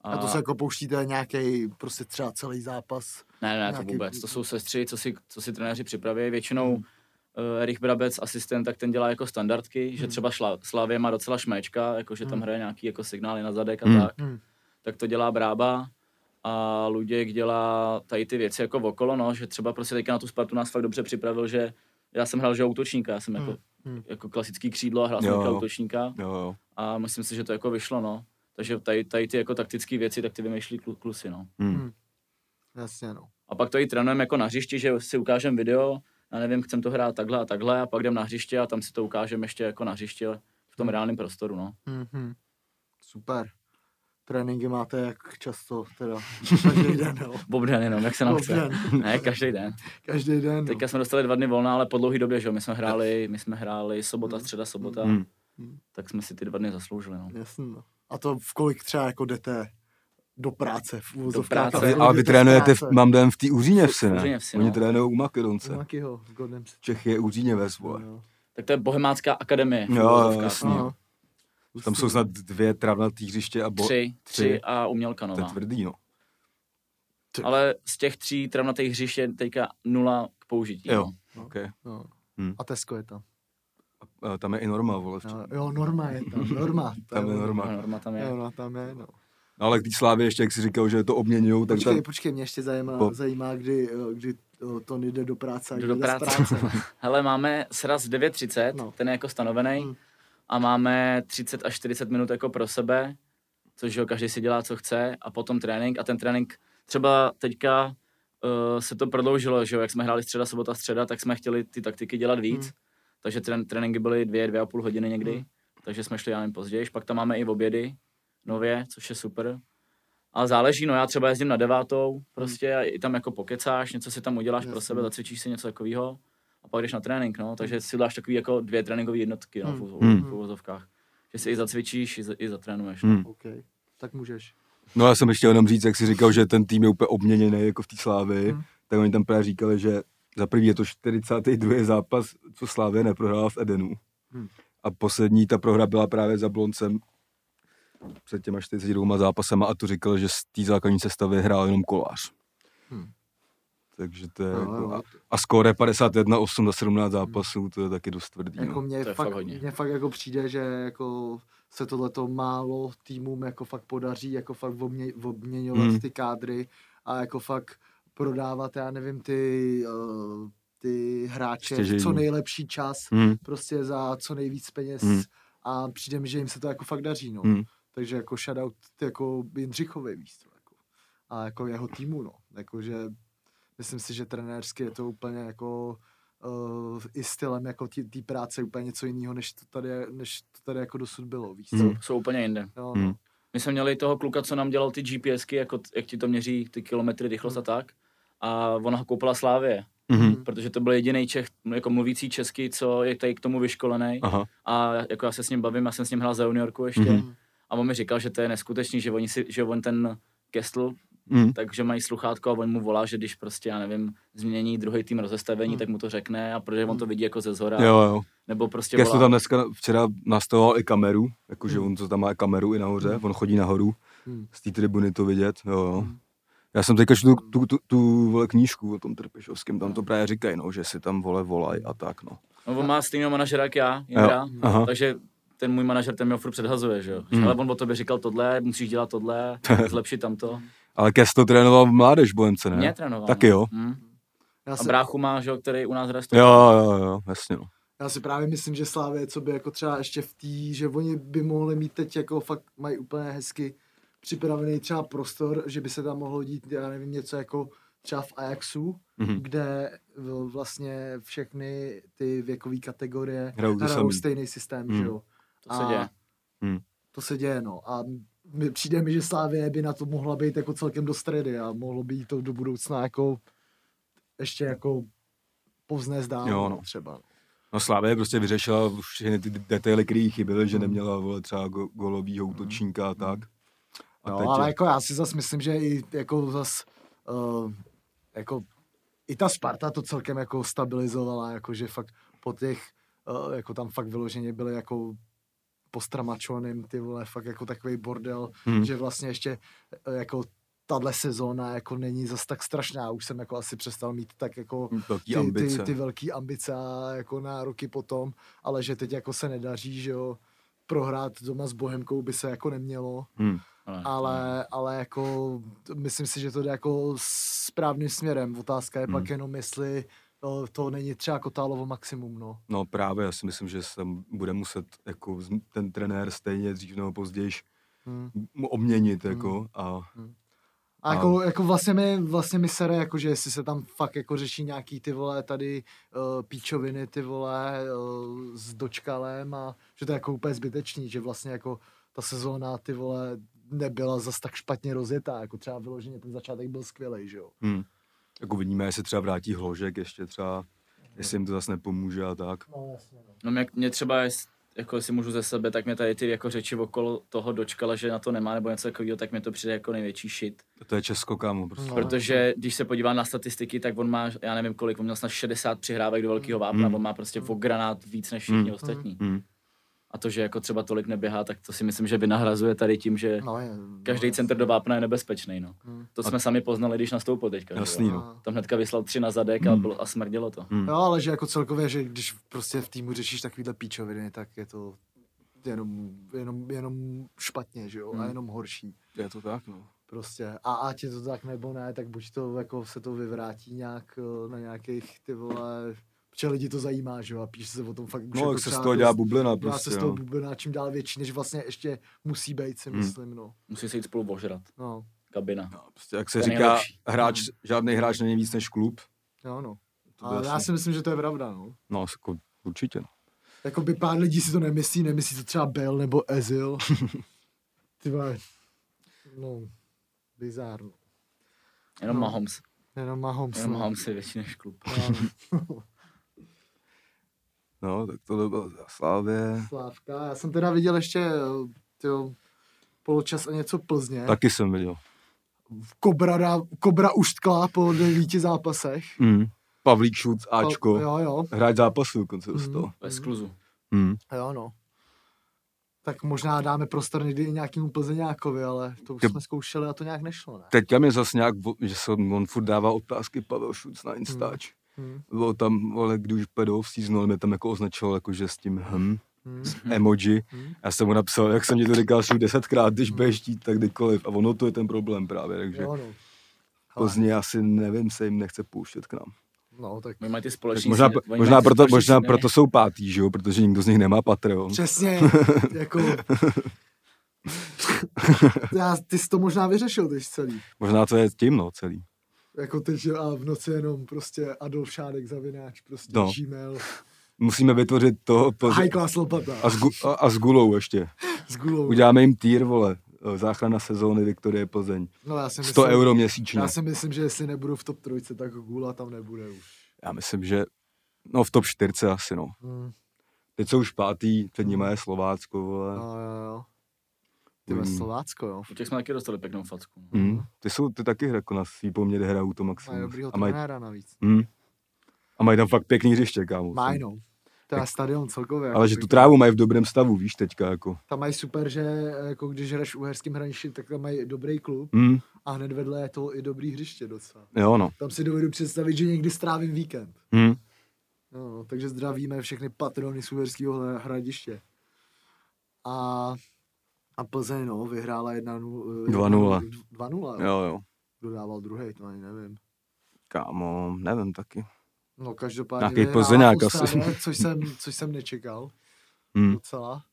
S1: A to se jako pouštíte nějaký prostě třeba celý zápas.
S3: Ne, ne, to
S1: nějaký-
S3: vůbec. To jsou sestři, co si, co si trenéři připraví. Většinou hmm. Erich Brabec, asistent, tak ten dělá jako standardky, že
S1: Hmm.
S3: třeba šla, Slavě má docela šméčka, jako že tam
S1: Hmm.
S3: hraje nějaký jako signály na zadek a
S2: Hmm.
S3: tak.
S1: Hmm.
S3: Tak to dělá Brába a Luděk dělá tady ty věci jako okolo, no, že třeba prostě teďka na tu Spartu nás fakt dobře připravil, že já jsem hrál, že útočníka, já jsem
S1: Hmm.
S3: jako,
S1: Hmm.
S3: jako klasický křídlo a hrál jsem
S2: Jo,
S3: jako
S2: jo.
S3: útočníka
S2: Jo, jo.
S3: a myslím si, že to jako vyšlo, no. Takže tady, tady ty jako taktické věci, tak ty vymýšlí klu- kluci, no.
S2: Mm.
S1: Jasně, no.
S3: A pak to i trénujeme jako na hřišti, že si ukážeme video, já nevím, chcem to hrát takhle a takhle a pak jdem na hřiště a tam si to ukážeme ještě jako na hřišti v
S1: Hmm.
S3: tom reálném prostoru, no.
S1: Mm-hmm. Super. Tréninky máte jak často, teda každý den, no.
S3: Bobden jenom, jak se nám chce.
S1: Bobden.
S3: Ne, každý den.
S1: Každý den, no.
S3: Teďka jsme dostali dva dny volna, ale po dlouhé době, že jo, my jsme hráli, my jsme hráli sobota, středa, sobota,
S2: Mm.
S3: tak jsme si ty dva dny zasloužili, no.
S1: Jasně, no. A to v kolik třeba jako jdete do práce v úvozovkách?
S3: práce.
S1: a
S3: Ale-
S1: kolik
S2: A vy
S1: jdete z
S2: trénujete, v,
S1: práce?
S2: mám den v té Úříně vsi,
S3: V Úříně
S2: ne?
S3: vsi,
S2: Oni
S3: no.
S2: trénujou u Makedonce.
S1: Nějakýho, v Godem se-
S2: Čech je Úříně ves, vole.
S1: No.
S3: Tak to je bohemácká akademie. v
S2: Jo, jo,
S3: uvozovkách,
S2: jasný.
S3: no.
S1: Aha.
S2: Tam jsou snad dvě travnatý hřiště a bo...
S3: Tři, tři
S2: tři.
S3: a umělka
S2: To je
S3: nová.
S2: tvrdý, no.
S3: Ale z těch tří travnatých hřišť je teďka nula k použití.
S2: Jo.
S3: no.
S2: Okay.
S1: No.
S2: Hm.
S1: A Tesco je tam.
S2: A tam je i norma, vole.
S1: No, jo, Norma je tam, Norma.
S2: Tam je norma.
S3: A Norma tam je.
S1: Jo, no, tam je, no.
S2: No, ale k té slávě ještě, jak jsi říkal, že to obměňují, tak
S1: Počkej,
S2: tam...
S1: počkej, mě ještě zajímá,
S2: Po-
S1: zajímá kdy, eh, kdy eh, Tony jde do práce. a
S3: Jdu
S1: kdy
S3: do
S1: jde z
S3: práce. Hele, máme sraz 9.30,
S1: No.
S3: no. ten je jako stanovený,
S1: Mm.
S3: mm. a máme 30 až 40 minut jako pro sebe, což jo, každý si dělá, co chce, a potom trénink. A ten trénink třeba teďka uh, se to prodloužilo, že jo, jak jsme hráli středa, sobota, středa, tak jsme chtěli ty taktiky dělat víc.
S1: Mm.
S3: Mm. Takže trén- tréninky byly dvě, dvě a půl hodiny někdy,
S2: Hmm.
S1: Mm.
S3: mm. takže jsme šli, já nevím, později. Pak tam máme i obědy nově, což je super. A záleží, no já třeba jezdím na
S2: Hmm.
S3: devátou, prostě a i tam jako pokecáš, něco si tam uděláš pro
S1: Jasně.
S3: sebe, zacvičíš si něco takového a pak jdeš na trénink, no, takže si dáš takový jako dvě tréninkové jednotky, no, v, uvo-
S2: Hmm.
S3: v uvozovkách. Že si i zacvičíš, i, za- i zatrénuješ.
S2: Hmm.
S1: OK, tak můžeš.
S2: No já jsem ještě jenom říct, jak jsi říkal, že ten tým je úplně obměněný jako v té slávě,
S1: Mm.
S2: tak oni tam právě říkali, že za prvý je to 42. zápas, co Slávě neprohrála v Edenu.
S1: Mm.
S2: A poslední ta prohra byla právě za Bloncem před těma 42 zápasama a to říkal, že z té základní sestavy hrál jenom kolář.
S1: Mm.
S2: Takže to je
S1: Jo,
S2: Hmm. no, jako,
S1: jo.
S2: a, a skóre 51, 8 za 17 zápasů, to je taky dost tvrdý.
S1: Jako
S2: Jako,
S1: mně
S3: To je
S1: fakt,
S3: fakt hodně.
S1: mně fakt jako přijde, že jako se tohleto málo týmům jako fakt podaří jako fakt obmě, obměňovat
S2: Hmm.
S1: hmm. ty kádry a jako fakt prodávat, já nevím, ty, uh, ty hráče
S2: Stěžejní.
S1: v co nejlepší čas,
S2: no. hmm.
S1: prostě za co nejvíc peněz
S2: Hmm.
S1: hmm. a přijde mi, že jim se to jako fakt daří, no.
S2: Hmm.
S1: Takže jako shoutout jako Jindřichovi víc, no, jako. A jako jeho týmu, no. Jakože myslím si, že trenérsky je to úplně jako uh, i stylem jako té práce úplně něco jiného, než to tady, než to tady jako dosud bylo, víš co?
S2: Hmm.
S3: Jsou úplně jinde.
S1: No,
S2: Hmm.
S1: no.
S3: My jsme měli toho kluka, co nám dělal ty GPSky, jako t- jak ti to měří ty kilometry, rychlost a tak. A ona ho koupila Slávě,
S2: Mhm.
S3: protože to byl jediný Čech, jako mluvící česky, co je tady k tomu vyškolený.
S2: Aha.
S3: A jako já se s ním bavím, já jsem s ním hrál za juniorku ještě.
S2: Mhm.
S1: Mm.
S3: A on mi říkal, že to je neskutečný, že, oni si, že on ten Kestl,
S2: Mhm.
S3: takže mají sluchátko a on mu volá, že když prostě, já nevím, změní druhý tým rozestavení,
S1: Mm.
S3: tak mu to řekne a protože on to vidí jako ze zhora.
S2: Jo, jo.
S3: Nebo prostě
S2: Kes to
S3: volá.
S2: tam dneska, včera nastavoval i kameru, jakože
S1: Mm.
S2: on to tam má kameru i nahoře,
S1: Hmm.
S2: on chodí nahoru,
S1: Mm.
S2: z té tribuny to vidět, jo, jo.
S1: Mm.
S2: Já jsem teďka čtu tu, tu,
S1: Hmm.
S2: tu, tu vole, knížku o tom Trpišovském, tam to právě říkají, no, že si tam vole volají a tak, no.
S3: No, on má stejného manažera jak já, Jindra,
S1: no,
S2: Jo, aha.
S3: takže ten můj manažer ten mě furt předhazuje, že jo.
S2: Mm.
S3: Mm. Ale on o tobě říkal tohle, musíš dělat tohle, zlepšit tamto.
S2: Ale Kes to trénoval v mládež Bohemce, ne?
S3: Mě trénoval.
S2: Taky jo.
S3: Mm.
S1: Já,
S3: A
S1: si,
S3: bráchu má, že jo, který u nás hraje
S2: Jo, jo, jo, jasně, no.
S1: já si právě myslím, že Slávě, co by jako třeba ještě v té, že oni by mohli mít teď jako fakt mají úplně hezky připravený třeba prostor, že by se tam mohlo dít, já nevím, něco jako třeba v Ajaxu,
S2: Mhm.
S1: kde v- vlastně všechny ty věkové kategorie
S2: Hrajou ty
S1: hrajou
S2: samý.
S1: stejný systém,
S2: Hmm.
S1: že jo.
S3: To se
S1: A
S3: děje.
S1: To se děje, no. A my, přijde mi, že Slávě by na to mohla být jako celkem dost ready a mohlo by jí to do budoucna jako ještě jako povznést dál
S2: Jo,
S1: jo,
S2: no.
S1: no. třeba.
S2: No Slávě prostě vyřešila všechny ty detaily, které jí chyběly,
S1: Hmm.
S2: že neměla vole třeba go, golovýho útočníka a tak. A
S1: No,
S2: teď
S1: ale
S2: je-
S1: jako já si zas myslím, že i jako zas uh, jako i ta Sparta to celkem jako stabilizovala, jako že fakt po těch, uh, jako tam fakt vyloženě byly jako po stramačonem ty vole, fakt jako takový bordel,
S2: Hmm.
S1: hmm. že vlastně ještě eh, jako tahle sezóna jako není zas tak strašná, už jsem jako asi přestal mít tak jako
S2: velký
S1: ty,
S2: Hmm. ambice.
S1: ty, ty velký ambice a jako nároky potom, ale že teď jako se nedaří, že jo, prohrát doma s Bohemkou by se jako nemělo,
S2: Hmm.
S1: ale, ale jako t- myslím si, že to jde jako správným směrem. Otázka je
S2: Hmm.
S1: hmm. pak jenom, jestli to, to není třeba Kotálovo maximum, no.
S2: No právě, já si myslím, že se tam bude muset jako z- ten trenér stejně dřív nebo později
S1: Hmm.
S2: mu obměnit jako a
S1: A jako, jako vlastně mi, vlastně mi sere, jako že jestli se tam fakt jako řeší nějaký ty vole tady uh, píčoviny ty vole uh, s dočkalem a že to je jako úplně zbytečný, že vlastně jako ta sezóna ty vole nebyla zas tak špatně rozjetá, jako třeba vyloženě ten začátek byl skvělý, že jo.
S2: hmm. jako vidíme, jestli třeba vrátí hložek ještě třeba, jestli jim to zase nepomůže a tak.
S1: No jasně, no.
S3: No mě, mě třeba, jest- jako si můžu ze sebe, tak mě tady ty jako řeči okolo toho dočkala, že na to nemá nebo něco takového, tak mě to přijde jako největší shit.
S2: To je Česko, kámo, prostě.
S1: No.
S3: Protože když se podívám na statistiky, tak on má, já nevím kolik, on měl snad 60 přihrávek do
S1: Hmm.
S3: velkého vápna,
S2: Mm.
S3: on má prostě o granát víc než všichni
S2: Mm.
S3: ostatní.
S2: Hmm.
S3: A to, že jako třeba tolik neběhá, tak to si myslím, že vynahrazuje tady tím, že
S1: no je,
S3: každý
S1: no,
S3: centr do vápna je nebezpečný. No.
S1: Hmm.
S3: To jsme sami poznali, když nastoupil teďka. že jo.
S2: Jasný, no.
S3: Tam hnedka vyslal tři na zadek a, bylo, a smrdilo to.
S2: Hmm.
S1: Jo, ale že jako celkově, že když prostě v týmu řešíš takovýhle píčoviny, tak je to jenom, jenom, jenom špatně, že jo,
S2: Hm.
S1: a jenom horší.
S2: Je to tak, no.
S1: Prostě. A ať je to tak nebo ne, tak buď to jako se to vyvrátí nějak eh, na nějakých ty vole, protože lidi to zajímá, že jo, a píše se o tom fakt už
S2: No,
S1: jako
S2: jak se z
S1: třeba
S2: toho
S1: dost-
S2: dělá bublina
S1: dělá
S2: prostě,
S1: se z toho
S2: jo.
S1: bublina čím dál větší, než vlastně ještě musí být, si
S2: Hmm.
S1: myslím, no.
S3: Musí se jít spolu ožrat.
S1: No,
S3: Kabina.
S2: No, prostě, jak se
S3: To je
S2: říká,
S3: nejlepší.
S2: hráč,
S1: Hmm.
S2: žádný hráč není víc než klub.
S1: jo, no.
S2: To by
S1: Ale já
S2: jasný.
S1: si myslím, že to je pravda, no.
S2: No, jako, určitě. no.
S1: Jako by pár lidí si to nemyslí, nemyslí to třeba Bell nebo Ezil. Ty vole, no, bizárno.
S3: Jenom
S1: No.
S3: Mahomes.
S1: Jenom má Holmes.
S3: Jenom
S1: no.
S3: Mahomes je větší než klub.
S2: No, tak to bylo za Slávě.
S1: Slávka, já jsem teda viděl ještě, tyjo, poločas a něco Plzně. Tak.
S2: Taky jsem viděl.
S1: Kobra, dá, Kobra uštkla po devíti zápasech.
S2: Mm. Pavlík Šuc, Ačko.
S1: Jo, Mhm. Hmm. jo,
S2: Hmm. Hráč zápasu dokonce dostal.
S3: Ve skluzu.
S2: Mm.
S1: jo, no. tak možná dáme prostor někdy i nějakému Plzeňákovi, ale to už
S2: Ty-
S1: jsme zkoušeli a to nějak nešlo, ne?
S2: Teďka mě zase nějak, vo- že se on furt dává otázky Pavel Šuc na Instač.
S1: Hmm.
S2: Bylo tam, ale když pedal v seasonu, mě tam jako označoval jako, že s tím hm,
S1: Hmm.
S2: s emoji.
S1: Hmm.
S2: Já jsem mu napsal, jak jsem ti to říkal asi desetkrát, když budeš chtít, tak kdykoliv. A ono to je ten problém právě, takže
S1: Jo, no. Ale,
S2: Plzně asi nevím, se jim nechce pouštět k nám.
S1: no, tak
S3: Oni mají ty
S2: Tak
S3: společní
S2: možná,
S3: ceny, oni
S2: možná,
S3: mají ty
S2: proto,
S3: společní
S2: možná
S3: ceny.
S2: proto jsou pátý, že jo? protože nikdo z nich nemá Patreon.
S1: Přesně, jako... Já, ty jsi to možná vyřešil, ty jsi celý.
S2: Možná to je tím, no, celý.
S1: Jako teď a v noci jenom prostě Adolf Šádek zavináč, prostě
S2: No.
S1: no. Gmail,
S2: Musíme vytvořit to Plzeň-
S1: high class lopata,
S2: a s, gu, a, a s gulou ještě.
S1: s gulou.
S2: Uděláme jim týr, vole. Záchrana sezóny Viktorie Plzeň.
S1: No, já si
S2: 100 euro měsíčně.
S1: Já si myslím, že jestli nebudu v top trojce, tak gula tam nebude už.
S2: Já myslím, že no v top 4 asi, no.
S1: Hmm.
S2: Teď jsou už pátý, před nimi je Slovácko, vole. No,
S1: No, jo, jo. Ty ve
S2: Mm.
S1: Slovácko, jo.
S3: U těch jsme taky dostali pěknou facku. no.
S2: mm. Ty jsou, ty taky jako na svý poměr hrajou to
S1: Mají
S2: maximum.
S1: dobrýho
S2: A mají,
S1: trenéra navíc.
S2: mm. a mají tam fakt pěkný hřiště, kámo.
S1: Mají, no. To je stadion celkově.
S2: Ale
S1: jako
S2: že tu
S1: pěkný.
S2: trávu mají v dobrém stavu, víš, teďka, jako.
S1: Tam mají super, že jako když hraješ v uherském hranici, tak tam mají dobrý klub
S2: Mm.
S1: a hned vedle je to i dobrý hřiště docela.
S2: Jo, no.
S1: Tam si dovedu představit, že někdy strávím víkend.
S2: Mm.
S1: No, no, takže zdravíme všechny patrony Suverského hradiště. A, a Plzeň, no, vyhrála eh, 1-0.
S2: 2:0.
S1: 2-0, jo.
S2: Jo, jo.
S1: Dodával druhý, to ani nevím.
S2: Kámo, nevím taky.
S1: No, každopádně
S2: Nějaký
S1: vyhrála
S2: Plzeňák asi.
S1: Ostravě, což jsem, což jsem nečekal Hmm.
S2: Mm.
S1: docela.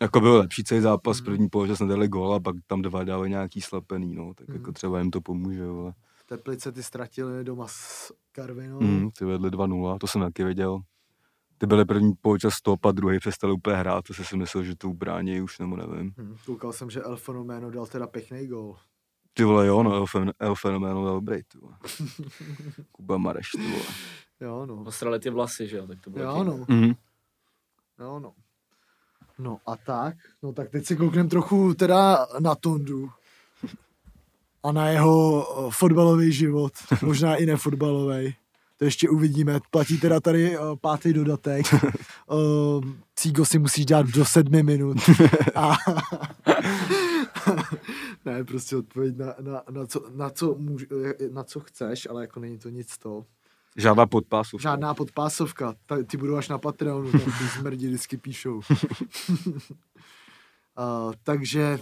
S2: Jako byl lepší celý zápas,
S1: Mm.
S2: první položas nedali gól a pak tam dva dávají nějaký slepený, no. Tak jako
S1: Mm.
S2: třeba jim to pomůže, vole.
S1: V Teplice ty ztratili doma s Karvinou.
S3: No.
S2: Mm. Ty vedli 2-0, to jsem taky věděl. Ty byly první poločas top a druhý přestal úplně hrát, to jsem si myslel, že to ubrání už, nebo nevím.
S1: Hm, Koukal jsem, že El Fenomeno dal teda pěkný gol.
S2: Ty vole, jo, no, El, Fen- El Fenomeno byl dobrý, ty vole. Kuba Mareš, ty vole.
S1: Jo, no.
S3: Postrali ty vlasy, že jo, tak to bylo
S1: Jo,
S3: taky-
S1: no.
S2: Mm.
S1: Jo, no. No a tak, no tak teď se koukneme trochu teda na Tondu a na jeho eh, fotbalový život, možná i nefotbalový. To ještě uvidíme. Platí teda tady eh, pátý dodatek. Ehm, Cígo si musíš dát do sedmi minut. A... ne, prostě odpověď na, na, na, co, na, co můž, eh, na co chceš, ale jako není to nic to.
S2: Žádná podpásovka.
S1: Žádná podpásovka. Ta, ty budou až na Patreonu, tam ty smrdi vždycky píšou. uh, takže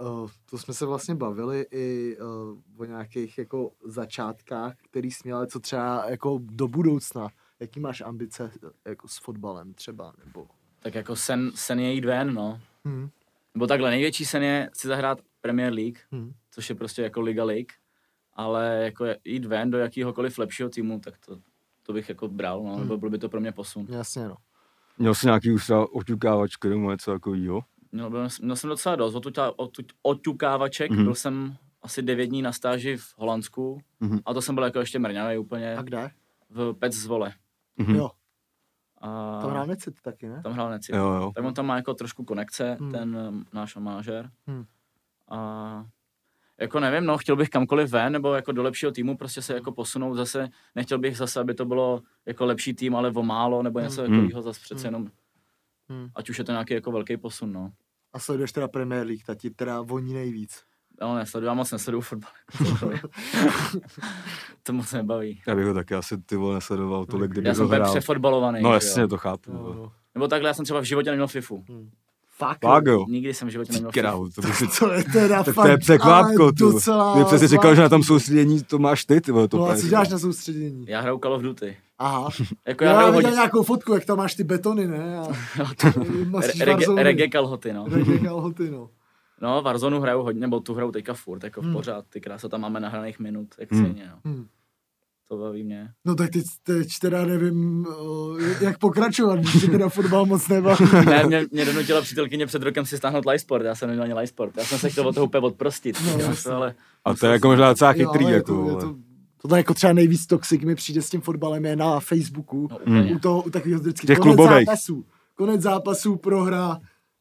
S1: uh, to jsme se vlastně bavili i uh, o nějakých jako začátkách, který jsi měl, ale co třeba jako do budoucna. Jaký máš ambice eh, jako s fotbalem třeba, nebo...
S3: Tak jako sen, sen je jít ven, no.
S1: Hmm.
S3: Nebo takhle, největší sen je si zahrát Premier League,
S1: Hmm.
S3: což je prostě jako Liga League, ale jako je- jít ven do jakýhokoliv lepšího týmu, tak to, to bych jako bral,
S1: Hmm.
S3: no, nebo byl by to pro mě posun.
S1: Jasně, no.
S2: Měl jsi nějaký už třeba oťukávačky nebo něco takového?
S3: Měl, byl, měl jsem docela dost otuťa, otuť, oťukávaček,
S1: Hmm.
S2: Mhm.
S3: byl jsem asi devět dní na stáži v Holandsku
S2: Mhm.
S3: a to jsem byl jako ještě mrňavý úplně
S1: Hmm. A kde?
S3: v Pec zvole.
S2: Mhm.
S1: Jo,
S3: A
S1: tam hráme cit taky, ne?
S3: tam hrál Neci.
S2: Jo, jo.
S3: Tak on tam má jako trošku konekce,
S1: Hmm.
S3: hmm. ten um, náš manažer.
S1: Hmm.
S3: Hmm. A jako nevím, no, chtěl bych kamkoliv ven, nebo jako do lepšího týmu prostě se jako posunout zase. Nechtěl bych zase, aby to bylo jako lepší tým, ale o málo, nebo něco
S2: Hmm.
S3: takového zase přece
S1: Hmm.
S3: jenom.
S1: Hmm.
S3: Ať už je to nějaký jako velký posun, no.
S1: A sleduješ teda Premier League, ta ti teda voní nejvíc.
S3: Ale nesleduju, já moc nesleduju fotbal. jako to moc nebaví.
S2: Já bych ho taky asi ty vole nesledoval tolik, kdyby
S3: Já jsem
S2: ho
S3: úplně
S2: hrál.
S3: přefotbalovaný.
S2: No
S3: že
S2: jasně,
S3: jo.
S2: to chápu.
S1: No,
S2: vole.
S1: no.
S3: Nebo takhle, já jsem třeba v životě neměl FIFU.
S1: Fakt,
S2: Fakt jo.
S3: Nikdy jsem v životě neměl FIFU.
S2: Krau, to bych si
S1: to je teda
S2: tak
S1: fakt,
S2: to je překvápko,
S1: ale
S2: ty.
S1: docela...
S2: Ty přesně
S1: zvláštní.
S2: říkal, že na tam soustředění to máš ty, ty vole, to
S1: No a
S2: úplně
S1: co
S2: si-
S1: děláš na soustředění?
S3: Já hraju Call of Duty.
S1: Aha.
S3: Jako já,
S1: Já,
S3: hraju
S1: já
S3: hodně.
S1: viděl nějakou fotku, jak tam máš ty betony, ne? A,
S3: Re- Reggae, reggae kalhoty, no.
S1: Reggae kalhoty, no.
S3: No, Warzone hraju hodně, nebo tu hraju teďka furt, jako
S1: Hmm.
S3: hmm. pořád, ty krása tam máme nahraných minut, jak
S2: Hmm.
S3: stejně, no.
S1: Hm.
S3: To baví mě.
S1: No tak teď, teď teda nevím, o, jak pokračovat, když tě teda fotbal moc nebaví.
S3: Ne, mě, mě donutila přítelkyně před rokem si stáhnout Lightsport, já jsem neměl ani Lightsport, já jsem se chtěl od toho úplně odprostit,
S1: No,
S3: no,
S1: jasně.
S3: krása, ale
S2: A to je jako možná docela chytrý,
S1: ale je
S2: jako,
S1: to, je
S2: vole.
S1: to, tohle jako třeba nejvíc toxic mi přijde s tím fotbalem je na Facebooku.
S3: no, úplně.
S1: U, toho, u takového vždycky
S2: Těch
S1: konec
S2: klubových.
S1: zápasů. Konec zápasů, prohra.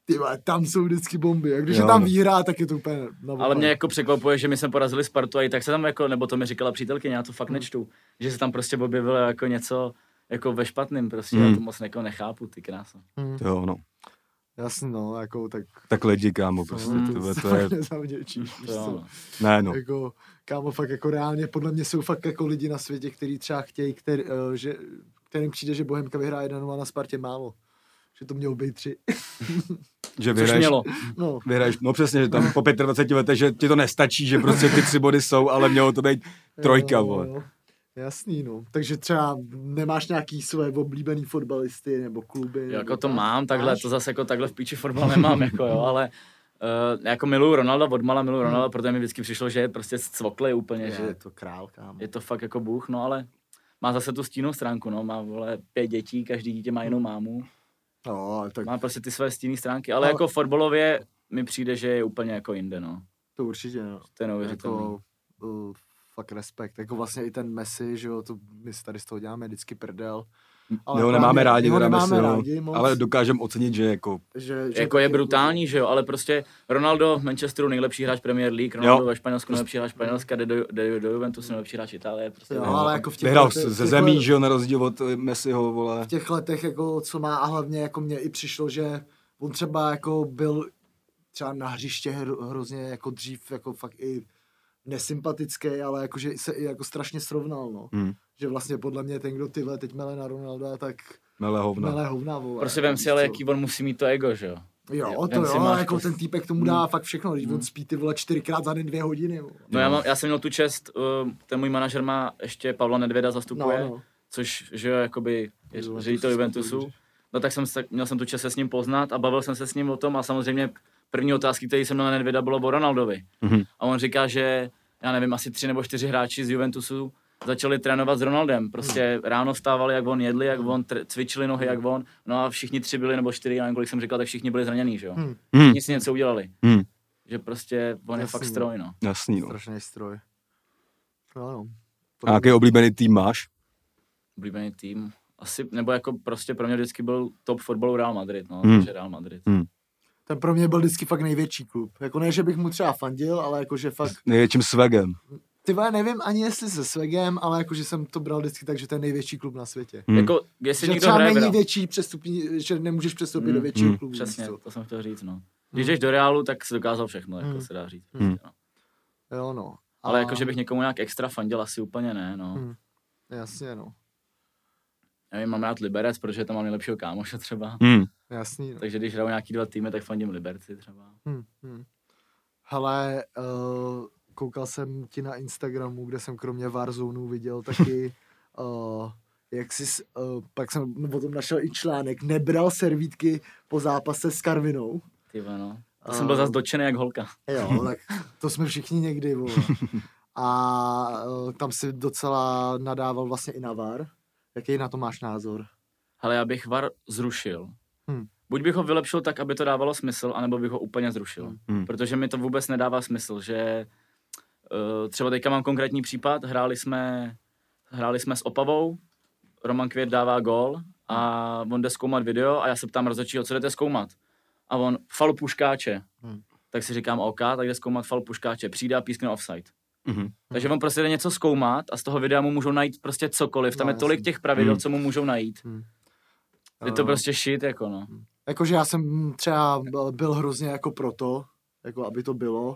S1: Ty vole, tam jsou vždycky bomby. A když
S2: Jo,
S1: je tam
S2: no.
S1: výhra, tak je to úplně naopak.
S3: Ale mě jako překvapuje, že my jsme porazili Spartu a i tak se tam jako, nebo to mi říkala přítelkyně, já to
S1: Hmm.
S3: fakt nečtu, že se tam prostě objevilo jako něco jako ve špatným prostě,
S2: Hmm.
S3: já to moc jako nechápu, ty krása.
S2: Jo, no.
S1: Jasně, no, jako tak...
S2: Tak lidi, kámo, prostě,
S1: no,
S2: tyhle,
S1: se
S2: to je,
S1: fakt Nezavděčíš, víš
S3: To jo,
S1: co.
S3: no.
S2: ne no,
S1: Jako, kámo, fakt jako reálně, podle mě jsou fakt jako lidi na světě, kteří třeba chtějí, který, eh, že, kterým přijde, že Bohemka vyhrá 1-0 na Spartě málo. Že to mělo být tři.
S2: že
S3: Což
S2: vyhraješ,
S3: mělo.
S1: No,
S2: vyhraješ, no přesně, že tam po 25 letech, že ti to nestačí, že prostě ty tři body jsou, ale mělo to být trojka,
S1: jo,
S2: vole.
S1: jo. Eh, no. Jasný, no. Takže třeba nemáš nějaký své oblíbený fotbalisty nebo kluby. nebo
S3: Jako to
S1: tak?
S3: mám takhle,
S1: Máš?
S3: to zase jako takhle v píči fotbal nemám, jako jo, ale uh, jako miluju Ronalda, odmala miluju Ronalda, protože mi vždycky přišlo, že je prostě cvokle úplně,
S1: Hmm. Je,
S3: že
S1: to král, kámo.
S3: je to fakt jako bůh, no ale má zase tu stínou stránku, no, má vole pět dětí, každý dítě má jinou mámu,
S1: No, ale tak
S3: má prostě ty své stínné stránky, ale
S1: Ale-
S3: jako fotbalově mi přijde, že je úplně jako jinde, no.
S1: to určitě, no.
S3: To je neuvěřitelné.
S1: Jako, uh, fakt respekt. Jako vlastně i ten Messi, že jo, to my si tady z toho děláme vždycky prdel.
S3: Hmm.
S2: My ho nemáme rádi,
S1: my ho
S2: teda
S1: nemáme
S2: myslím, no.
S1: rádi moc,
S2: ale dokážeme ocenit, že jako,
S1: že, že
S3: Jako je
S1: taky-
S3: brutální, že jo, ale prostě Ronaldo v Manchesteru nejlepší hráč Premier League, Ronaldo ve Španělsku nejlepší hráč Španělska, jde do, jde do Juventusu nejlepší hráč Itálie, prostě.
S1: Jo, ale jako v těch
S2: vyhrál
S1: letech-
S2: se- ze
S1: těch
S2: zemí,
S1: let-
S2: že jo, na rozdíl od eh, Messiho, vole.
S1: V těch letech, jako, co má a hlavně jako mně i přišlo, že on třeba jako byl třeba na hřiště hro, hrozně jako dřív jako fakt i nesympatický, ale jakože se i jako strašně srovnal, no.
S2: Hmm.
S1: Že vlastně podle mě ten, kdo tyhle teď mele na Ronalda, tak
S2: Mele hovna.
S1: mele hovna, vole.
S3: Prostě vem si
S1: Víš
S3: ale,
S1: co?
S3: jaký on musí mít to ego, že jo.
S1: Jo, to
S3: Vem si
S1: jo, ale
S3: máš
S1: jako
S3: kost-
S1: ten týpek tomu dá fakt všechno, když on spí ty vole čtyřikrát za den dvě hodiny. vole.
S3: No já, mám, já jsem měl tu čest, uh, ten můj manažer má ještě Pavla Nedvěda zastupuje,
S1: No,
S3: no,
S1: no.
S3: no. což, že jo, jakoby je
S1: Juventus,
S3: ředitel Juventusu. No tak jsem se, měl jsem tu čest se s ním poznat a bavil jsem se s ním o tom a samozřejmě první otázky, které jsem měl na Nedvěda, bylo o Ronaldovi.
S2: Mhm.
S3: A on říká, že já nevím, asi tři nebo čtyři hráči z Juventusu začali trénovat s Ronaldem. Prostě ráno vstávali, jak on jedli, jak on tr- cvičili nohy, jak on. No a všichni tři byli, nebo čtyři, já nevím, kolik jsem říkal, tak všichni byli zranění, že jo.
S1: Hmm.
S2: Hmm.
S3: Nic si něco udělali.
S2: Hmm.
S3: Že prostě on je
S1: Jasný.
S3: fakt stroj, no.
S2: Jasný, no.
S1: Strašný stroj. No, no.
S2: A jaký oblíbený tým máš?
S3: oblíbený tým. Asi, nebo jako prostě pro mě vždycky byl top fotbalu Real Madrid, no,
S2: Hmm.
S3: hmm. takže Real Madrid.
S1: Ten pro mě byl vždycky fakt největší klub. Jako ne, že bych mu třeba fandil, ale jakože fakt,
S2: Největším svegem.
S1: ty vole, nevím ani jestli se Svegem, ale jakože jsem to bral vždycky tak, že to je největší klub na světě.
S2: Hmm.
S3: Hmm. Jako, jestli
S1: že
S3: někdo
S1: třeba
S3: hraje v
S1: není
S3: Real,
S1: větší přestupní, že nemůžeš přestoupit
S3: Hmm.
S1: do většího
S2: Hmm.
S1: klubu. víš
S3: přesně,
S1: co.
S3: to jsem chtěl říct, no. Když jdeš do Realu, tak jsi dokázal všechno, jako
S1: Hmm.
S3: se dá říct.
S2: Hmm.
S3: No.
S1: Jo, no.
S3: Ale jako, že bych někomu nějak extra fandil, asi úplně ne, no.
S1: Hmm. Jasně, no.
S3: Nevím, mám rád Liberec, protože tam mám nejlepšího kámoše třeba.
S2: Hmm.
S1: Jasný, no.
S3: Takže když hrajou nějaký dva týmy, tak fandím Liberci třeba.
S1: Hmm. Hmm. Hele, uh, koukal jsem ti na Instagramu, kde jsem kromě Warzoneu viděl taky, uh, jak jsi, uh, pak jsem potom našel i článek, nebral servítky po zápase s Karvinou.
S3: Ty vole, no. To
S1: A-
S3: jsem byl zase dočený jak holka.
S1: Jo, tak to jsme všichni někdy, vole. A eh, tam si docela nadával vlastně i na VAR. Jaký na to máš názor?
S3: Hele, já bych VAR zrušil.
S1: Hmm.
S3: Hmm. Buď bych ho vylepšil tak, aby to dávalo smysl, anebo bych ho úplně zrušil.
S2: Hmm.
S3: Hmm. Protože mi to vůbec nedává smysl, že eh, třeba teďka mám konkrétní případ, hráli jsme, hráli jsme s Opavou, Roman Květ dává gól a on jde zkoumat video a já se ptám rozhodčího, co jdete zkoumat? A on, fal puškáče.
S1: Hmm.
S3: Hmm. Tak si říkám, OK, tak jde zkoumat fal puškáče. Přijde a pískne offside.
S2: Mhm.
S3: Takže on prostě jde něco zkoumat a z toho videa mu můžou najít prostě cokoliv. Tam
S1: No,
S3: je tolik
S1: jasně.
S3: těch pravidel,
S2: Hmm. Hmm.
S3: co mu můžou najít. Je to
S1: Eh,
S3: prostě shit, jako no.
S1: Jakože já jsem třeba byl hrozně jako proto, jako aby to bylo.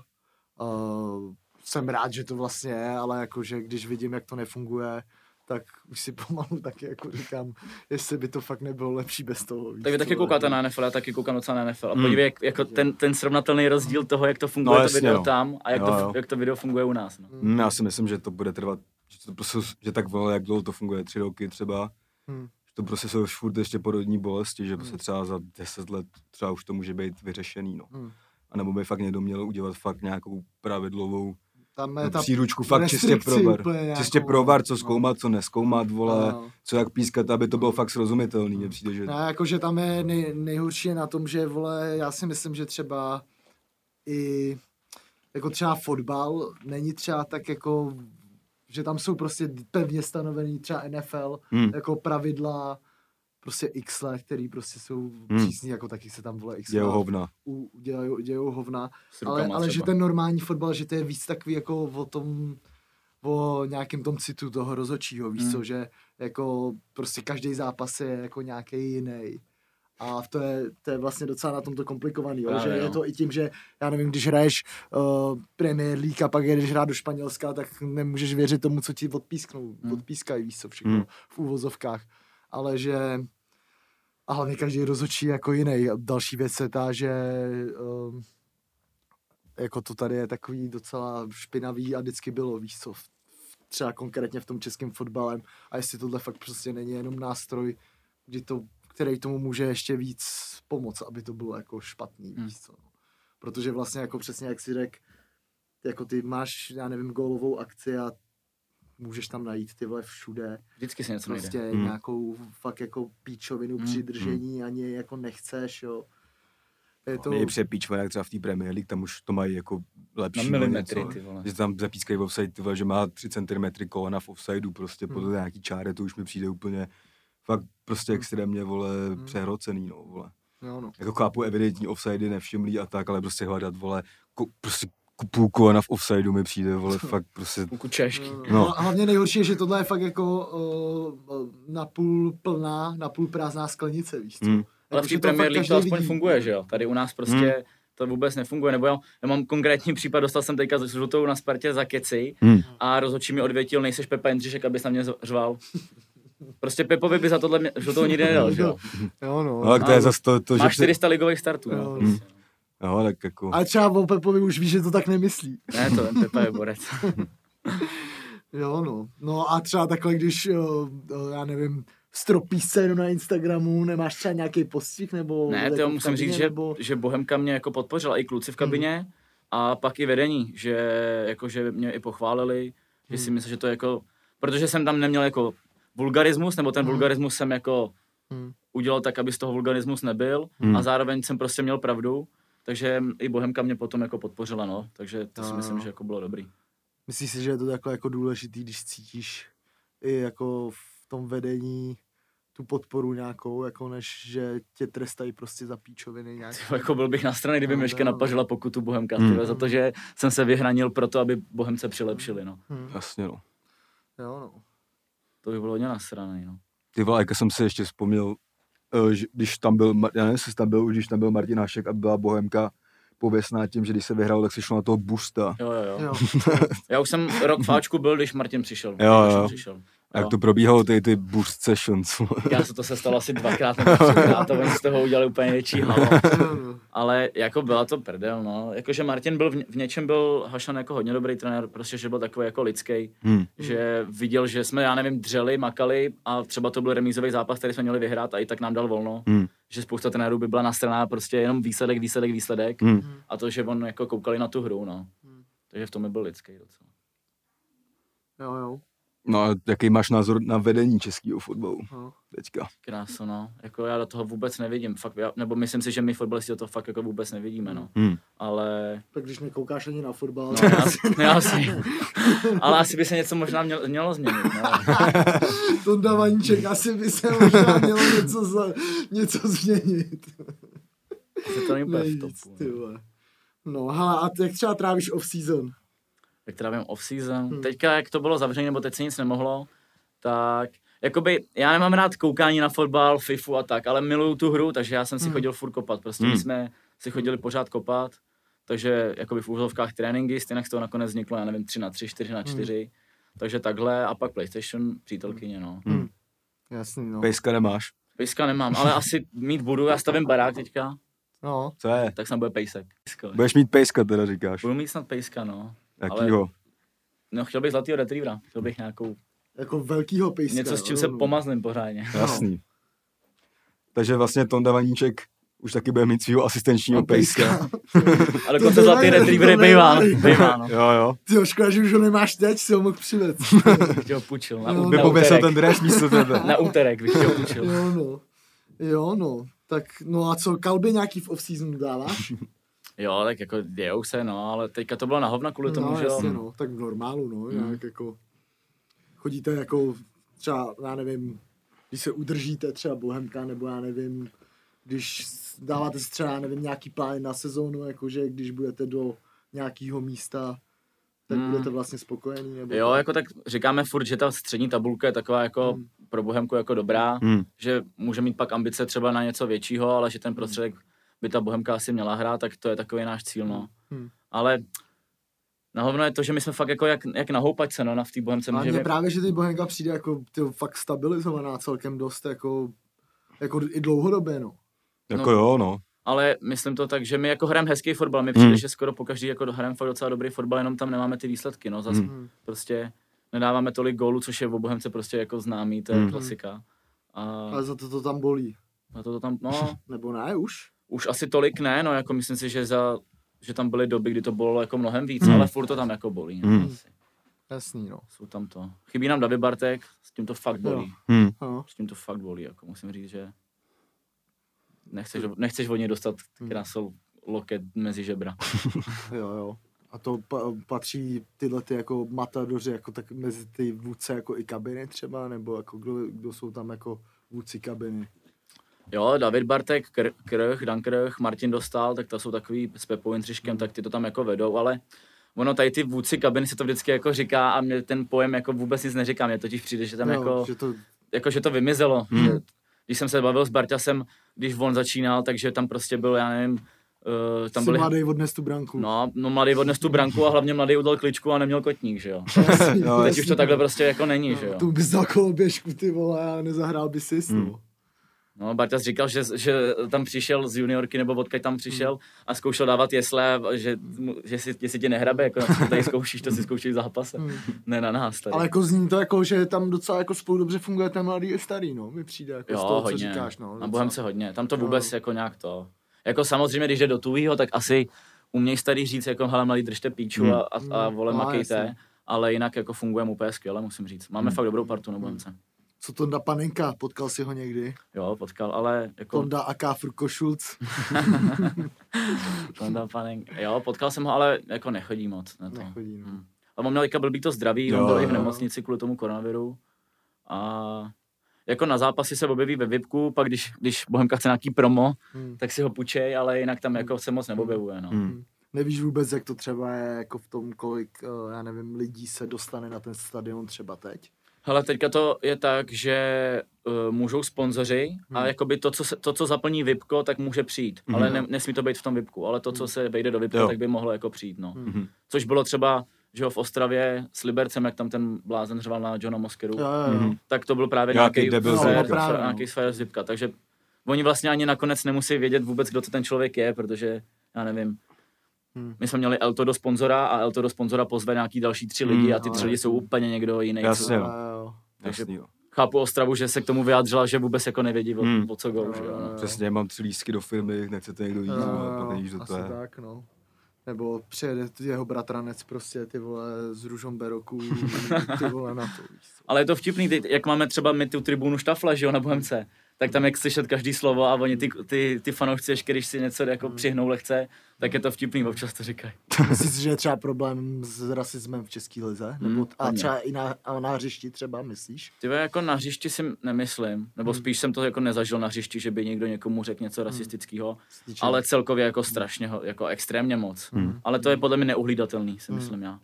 S1: Uh, jsem rád, že to vlastně je, ale jakože když vidím, jak to nefunguje, tak už si pomalu taky jako říkám, jestli by to fakt nebylo lepší bez toho. víš
S3: Tak vy taky
S1: co,
S3: koukáte
S1: jako.
S3: na NFL, já taky koukám docela na NFL. A
S2: Hmm.
S3: podívej, jak, jako ten, ten srovnatelný rozdíl toho, jak to funguje
S2: No,
S3: no,
S2: jasně,
S3: to video
S2: no.
S3: tam a jak,
S2: Jo,
S3: to,
S2: jo.
S3: jak to video funguje u nás. No.
S2: Hmm, já si myslím, že to bude trvat, že, to prostě, že tak vole, jak dlouho to funguje, tři roky třeba.
S1: Hmm.
S2: Že to prostě jsou furt ještě porodní bolesti, že prostě třeba za deset let třeba už to může být vyřešený, no.
S1: Hmm.
S2: A nebo by fakt někdo měl udělat fakt nějakou pravidlovou
S1: Tam No, je ta...
S2: příručku, fakt čistě
S1: restrikci
S2: pro var.
S1: úplně nějakou, no.
S2: Čistě pro var, co zkoumat, co neskoumat, vole,
S1: Ano.
S2: co jak pískat, aby to bylo fakt srozumitelný,
S1: Hmm.
S2: mně přijde, že...
S1: Ne, jakože tam je nej, nejhorší je na tom, že vole, já si myslím, že třeba i jako třeba fotbal není třeba tak jako, že tam jsou prostě pevně stanovený třeba NFL,
S2: Hmm.
S1: jako pravidla prostě x let, který prostě jsou přísní, jako taky se tam vole x
S2: Dějou
S1: let
S2: hovna.
S1: u- dějou, dějou hovna,
S3: S
S1: ale,
S3: rukama
S1: ale že
S3: třeba.
S1: ten normální fotbal, že to je víc takový jako o tom, o nějakém tom citu toho rozočího, víš
S3: Hmm.
S1: co, že jako prostě každý zápas je jako nějaký jiný. A to je, to je vlastně docela na tomto komplikovaný, jo?
S3: Právě,
S1: že
S3: no.
S1: je to i tím, že já nevím, když hraješ uh, Premier League a pak jedeš hrát do Španělska, tak nemůžeš věřit tomu, co ti odpísknou,
S3: Hmm.
S1: hmm. odpískají, víš co všechno,
S2: Hmm.
S1: hmm. v úvozovkách. Ale že a hlavně každý rozhodčí je jako jiný. A Další věc je ta, že um, jako to tady je takový docela špinavý a vždycky bylo, víš co, v, v, třeba konkrétně v tom českém fotbalem. A jestli tohle fakt prostě není jenom nástroj, kdy to, který tomu může ještě víc pomoct, aby to bylo jako špatný,
S3: Hmm.
S1: víš co. no. Protože vlastně jako přesně jak si řekl, jako ty máš, já nevím, gólovou akci a můžeš tam najít tyhle všude
S3: Vždycky se něco prostě.
S1: prostě
S3: najde.
S1: hmm.
S2: Hmm.
S1: nějakou fakt jako píčovinu
S3: Hmm.
S1: hmm. při držení ani jako nechceš, jo. Je to...
S2: To... No, Je přepíčme, jak třeba v té Premier League, tam už to mají jako lepší.
S3: Na
S2: nebo
S3: milimetry,
S2: něco.
S3: ty vole.
S2: Že tam zapískají offside, ty vole, že má 3 cm kolena v offsideu, prostě podle nějaký čáry, to už mi přijde úplně fakt prostě extrémně, vole, přehrocený, no, vole.
S1: Jo, no.
S2: Jako chápu evidentní offsidey, nevšimlý a tak, ale prostě hledat, vole, ko, prostě půl kolena v offsideu mi přijde, vole, fakt prostě,
S3: Kuku češky.
S1: No.
S2: No.
S1: Hlavně nejhorší je, že tohle je fakt jako uh, napůl plná, napůl prázdná sklenice, víš co?
S2: Hmm.
S3: Ale v
S1: Jakože
S3: té
S1: No, to
S3: Premier
S1: fakt
S3: League to
S1: každý
S3: aspoň
S1: vidí.
S3: funguje, že jo? Tady u nás prostě
S2: Hmm.
S3: to vůbec nefunguje. Nebo já, já mám konkrétní případ, dostal jsem teďka s žlutou na Spartě za keci
S2: hm.
S3: a rozhodčí mi odvětil, nejseš Pepa Jindřišek, abys na mě řval. Prostě Pepovi by za tohle mě, žlutou nikdy nedal, že jo?
S1: Jo, no.
S2: No, tak to je zase to, to že...
S3: Máš 400 ligových startů. No.
S1: Jo.
S3: prostě.
S2: No, tak jako...
S1: A třeba o Pepovi už víš, že to tak nemyslí.
S3: Ne, to jen Pepa je borec.
S1: Jo, no. No a třeba takhle, když, uh, uh, já nevím, stropíš se jenom na Instagramu, nemáš třeba nějaký postih, nebo...
S3: Ne,
S1: jako
S3: to
S1: v
S3: musím říct,
S1: kabině,
S3: že,
S1: Nebo... Hmm.
S3: že Bohemka mě jako podpořila i kluci v kabině a pak i vedení, že, jako, že mě i pochválili, že
S1: Hmm.
S3: si myslím, že to je jako, protože jsem tam neměl jako vulgarismus, nebo ten vulgarismus jsem jako
S1: Hmm.
S3: udělal tak, aby z toho vulgarismus nebyl
S2: Hmm.
S3: a zároveň jsem prostě měl pravdu, takže i Bohemka mě potom jako podpořila, no, takže to si
S1: Ano.
S3: myslím, že jako bylo dobrý.
S1: Myslíš si, že je to takhle jako důležitý, když cítíš i jako v tom vedení tu podporu nějakou, jako než že tě trestají prostě za píčoviny nějak.
S3: Jako byl bych na straně, kdyby
S1: No,
S3: Miška
S1: no.
S3: napařila pokutu Bohemka,
S2: Hmm.
S3: tyhle, za to, že jsem se vyhranil proto, aby Bohemce přilepšili, no.
S1: Hm.
S2: Jasně, no.
S1: Jo, no.
S3: To by bylo hodně nasraný, no.
S2: Ty vole, jako jsem se ještě vzpomněl, eh, že když tam byl, Mar- já nevím, jestli jsi tam byl, když tam byl Martin Hašek a byla Bohemka pověstná tím, že když se vyhrál, tak se šlo na toho Busta.
S3: Jo, jo, jo.
S1: Jo.
S3: Já už jsem rok v Ačku byl, když Martin přišel.
S2: Jo,
S3: Když
S2: jo.
S3: on Přišel.
S2: A
S3: Jo.
S2: jak to probíhalo, ty, ty Bust Sessions. vole.
S3: Já se to se stalo asi dvakrát nebo třikrát a oni z toho udělali úplně větší halo.
S1: Jo, no.
S3: Ale jako byla to prdel, no. Jakože Martin byl v, ně, v něčem byl Hašan jako hodně dobrý trenér, prostě, že byl takový jako lidský,
S2: Hm.
S3: že viděl, že jsme, já nevím, dřeli, makali a třeba to byl remízový zápas, který jsme měli vyhrát a i tak nám dal volno.
S2: Hm.
S3: Že spousta trenérů by byla nastraná prostě jenom výsledek, výsledek, výsledek
S2: Hm.
S3: a to, že on jako koukali na tu hru, no.
S1: Hm.
S3: Takže v tom byl lidský docela.
S1: jo, jo.
S2: No a jaký máš názor na vedení českého fotbalu
S1: No.
S2: teďka?
S3: Krásu, no. Jako já do toho vůbec nevidím, fakt, já, nebo myslím si, že my fotbalisti do toho fakt jako vůbec nevidíme, no.
S2: Hm.
S3: Ale,
S1: Tak když nekoukáš ani na fotbal,
S3: no, já, si- no, já si, ale asi by se něco možná mělo, mělo změnit, no.
S1: Tonda Vaníček, asi by se možná mělo něco, za, něco změnit.
S3: Že to není úplně v
S1: Nejvíc,
S3: topu.
S1: ty
S3: no.
S1: vole. No, hele, a ty jak třeba trávíš off-season?
S3: Jak teda vím off-season,
S1: Hm.
S3: teďka jak to bylo zavřené, nebo teď se nic nemohlo, tak Jakoby, já nemám rád koukání na fotbal, FIFU a tak, ale miluju tu hru, takže já jsem si
S1: Hm.
S3: chodil furt kopat. Prostě my
S2: Hm.
S3: jsme si chodili pořád kopat, takže jakoby v úzovkách tréninky, stejně z toho nakonec vzniklo, já nevím, 3 na 3,
S1: Hm.
S3: 4 na 4. Takže takhle a pak PlayStation, přítelkyně, no.
S1: Hm. Jasný, no.
S2: Pejska nemáš?
S3: Pejska nemám, ale asi mít budu, já stavím barák teďka,
S1: no.
S2: Co je?
S3: tak snad bude pejsek. Pejsko.
S2: Budeš mít pejska teda říkáš.
S3: Budu mít snad pejska, no.
S2: Jakýho?
S3: No, chtěl bych zlatýho retrievera, chtěl bych nějakou,
S1: Jako velkýho pejska.
S3: něco s čím
S1: jo,
S3: se
S1: no.
S3: pomazlím pořádně.
S2: Jasný. Takže vlastně Tonda Vaníček už taky bude mít svého
S1: No,
S2: asistenčního pejska.
S3: Ale
S1: To
S3: dokonce
S1: to
S3: zlatý
S1: ne-
S3: retriever je
S1: to ne-
S3: bývá, no. bývá, no.
S2: Jo, jo.
S1: Ty jo, škoda, že už ho nemáš teď, si ho mohl přivec.
S3: Chtěl půjčil, na,
S1: Jo,
S3: ú-
S1: no.
S2: By
S3: na
S2: pověsil
S3: úterek.
S2: ten dres místo tebe.
S3: Na úterek bych chtěl půjčil.
S1: jo, no. Jo, no. Tak, no a co, kalby nějaký v off-seasonu dáváš?
S3: Jo, tak jako dějou se, no, ale teďka to bylo na hovna kvůli tomu,
S1: no,
S3: že jo.
S1: jasně, no. Tak v normálu, no.
S3: Mm.
S1: Nějak jako... Chodíte jako třeba, já nevím, když se udržíte třeba Bohemka, nebo já nevím, když s- dáváte si třeba, já nevím, nějaký plán na sezónu, jakože když budete do nějakého místa, tak
S3: Mm.
S1: budete vlastně spokojení. Nebo
S3: Jo, jako tak říkáme furt, že ta střední tabulka je taková jako
S1: Hmm.
S3: pro Bohemku jako dobrá,
S2: Hmm.
S3: že může mít pak ambice třeba na něco většího, ale že
S1: Hmm.
S3: ten prostředek by ta Bohemka asi měla hrát, tak to je takový náš cíl, no.
S1: Hmm.
S3: Ale na hovno je to, že my jsme fakt jako jak, jak na houpačce, no, na v té Bohemce
S1: A mně
S3: můžeme...
S1: právě, že ty Bohemka přijde jako ty fakt stabilizovaná celkem dost, jako, jako i dlouhodobě, no.
S2: Jako jo, no.
S3: Ale myslím to tak, že my jako hrajeme hezký fotbal, mi přijde,
S2: Hmm.
S3: že skoro po každý jako hrajeme fakt docela dobrý fotbal, jenom tam nemáme ty výsledky, no, zase
S1: Hmm.
S3: prostě nedáváme tolik gólů, což je v Bohemce prostě jako známý, to je
S2: Hmm.
S3: klasika. A
S1: Ale za to to tam bolí.
S3: na to, to tam, no,
S1: Nebo ne už?
S3: už asi tolik ne, no jako myslím si, že za že tam byly doby, kdy to bylo jako mnohem víc,
S2: Hmm.
S3: ale furt to tam jako bolí. No,
S2: Hmm.
S3: asi.
S1: Jasný, no.
S3: Jsou tam to. Chybí nám David Bartek, s tím to fakt bolí.
S2: Hmm.
S1: no.
S3: S tím to fakt bolí, jako musím říct, že nechceš, nechceš od něj dostat krásou loket mezi žebra.
S1: Jo, jo. A to pa- patří tyhle ty jako matadoři jako tak mezi ty vůdce jako i kabiny třeba, nebo jako kdo, kdo jsou tam jako vůdci kabiny.
S3: Jo, David Bartek, Kr- Krch, Dan Krch, Martin Dostal, tak to jsou takový s Pepou Jindřiškem, tak ty to tam jako vedou, ale ono tady ty vůdci kabiny si to vždycky jako říká a mě ten pojem jako vůbec nic neříká, mě totiž přijde, že tam
S1: jo,
S3: jako...
S1: že to,
S3: jako, že to vymizelo. Hmm. Že, když jsem se bavil s Barťasem, když on začínal, takže tam prostě byl, já nevím, uh, tam
S1: tam
S3: byli...
S1: byli... mladý odnes tu branku.
S3: No, no, mladý odnes tu branku a hlavně mladý udal kličku a neměl kotník, že jo.
S1: Jasný,
S2: Jo,
S3: Teď už to takhle prostě jako není, že
S1: No,
S3: jo.
S1: tu bys dal koloběžku, ty vole, a nezahrál by si hmm. no.
S3: No, Barťas říkal, že, že tam přišel z juniorky nebo odkud tam
S1: Hmm.
S3: přišel a zkoušel dávat jesle, že, mu- že si, jestli tě nehrabe, jako na co to tady zkoušíš, to si zkoušíš v zápase. Ne na nás tady.
S1: Hmm. Ale jako zní to jako, že tam docela jako spolu dobře funguje ten mladý i starý, no, mi přijde jako
S3: Jo,
S1: z toho,
S3: hodně.
S1: co říkáš, no.
S3: Na
S1: docela.
S3: Bohemce hodně. Tam to vůbec
S1: Jo.
S3: jako nějak to. Jako samozřejmě, když jde do tuhýho, tak asi uměj starý říct, jako hele mladý, držte píču
S2: Hmm.
S3: a, a, a vole
S1: No,
S3: makejte.
S1: jasně.
S3: Ale jinak jako fungujeme úplně skvěle, musím říct. Máme
S2: Hmm.
S3: fakt dobrou partu
S1: Hmm.
S3: na Bohemce.
S1: Co Tonda Panenka, potkal si ho někdy?
S3: Jo, potkal, ale jako
S1: Tonda a Káfr Košulc.
S3: Tonda Panek. Jo, potkal jsem ho, ale jako nechodí moc na to.
S1: Nechodí, no.
S3: Mm. A on měl teďka blbý to zdraví, on
S2: Jo,
S3: byl i v
S2: jo.
S3: nemocnici kvůli tomu koronaviru. A jako na zápasy se objeví ve VIPku, pak když, když Bohemka chce nějaký promo,
S1: Hmm.
S3: tak si ho půjčej, ale jinak tam jako se moc neobjevuje. No.
S2: Hmm.
S1: Nevíš vůbec, jak to třeba je jako v tom, kolik, eh, já nevím, lidí se dostane na ten stadion třeba teď.
S3: Hele, teďka to je tak, že uh, můžou sponzoři hmm. a jakoby to co, se, to, co zaplní VIPko, tak může přijít. Hmm. Ale ne, nesmí to být v tom VIPku, ale to, co se vejde do VIPka,
S2: Jo.
S3: tak by mohlo jako přijít, no.
S2: Mhm.
S3: Hmm. Což bylo třeba, že jo, v Ostravě s Libercem, jak tam ten blázen řval na Johna Moskeru,
S1: Jo, jo, jo.
S2: Mhm.
S3: tak to byl právě
S2: Nějaký
S3: nějaký
S2: debil
S1: z
S3: frajer-
S1: VIPka.
S3: fra- nějaký frajer z VIPka. Takže oni vlastně ani nakonec nemusí vědět vůbec, kdo to ten člověk je, protože já nevím,
S1: Hmm.
S3: my jsme měli Elto do sponzora a Elto do sponzora pozve nějaký další tři lidi
S2: Hmm.
S3: a ty tři
S1: Ale-
S3: lidi jsou úplně někdo jiný. co-
S2: Jasně, no.
S1: Jo, jo.
S3: Takže-
S2: Jasný, jo.
S3: chápu Ostravu, že se k tomu vyjádřila, že vůbec jako nevědí, o,
S2: Hmm.
S3: o co go, že
S1: Jo,
S3: jo.
S1: jo,
S3: no.
S1: jo.
S2: Přesně, mám tři lístky do firmy, nechcete někdo jít,
S1: Jo,
S2: ale
S1: jo,
S2: pak nevíš, kdo
S1: No, asi
S2: to je.
S1: tak, no. Nebo přijede t- jeho bratranec prostě, ty vole, z růžom beroku, ty vole, na to, víš co.
S3: Ale je to vtipný, teď, jak máme třeba my tu tribunu štafla, že jo, na Bohemce, tak tam jak slyšet každý slovo a oni ty, ty, ty fanoušci, ještě když si něco jako přihnou lehce, tak je to vtipný, občas to říkají.
S1: Myslíš, že je třeba problém s rasismem v České lize? Nebo, a
S3: hodně.
S1: třeba i na, a na hřišti třeba, myslíš?
S3: Ty vole, jako na hřišti si nemyslím, nebo spíš jsem to jako nezažil na hřišti, že by někdo někomu řekl něco rasistického,
S1: Slyšel?
S3: ale celkově jako strašně, ho- jako extrémně moc. Ale to je podle mě neuhlídatelný, si myslím já.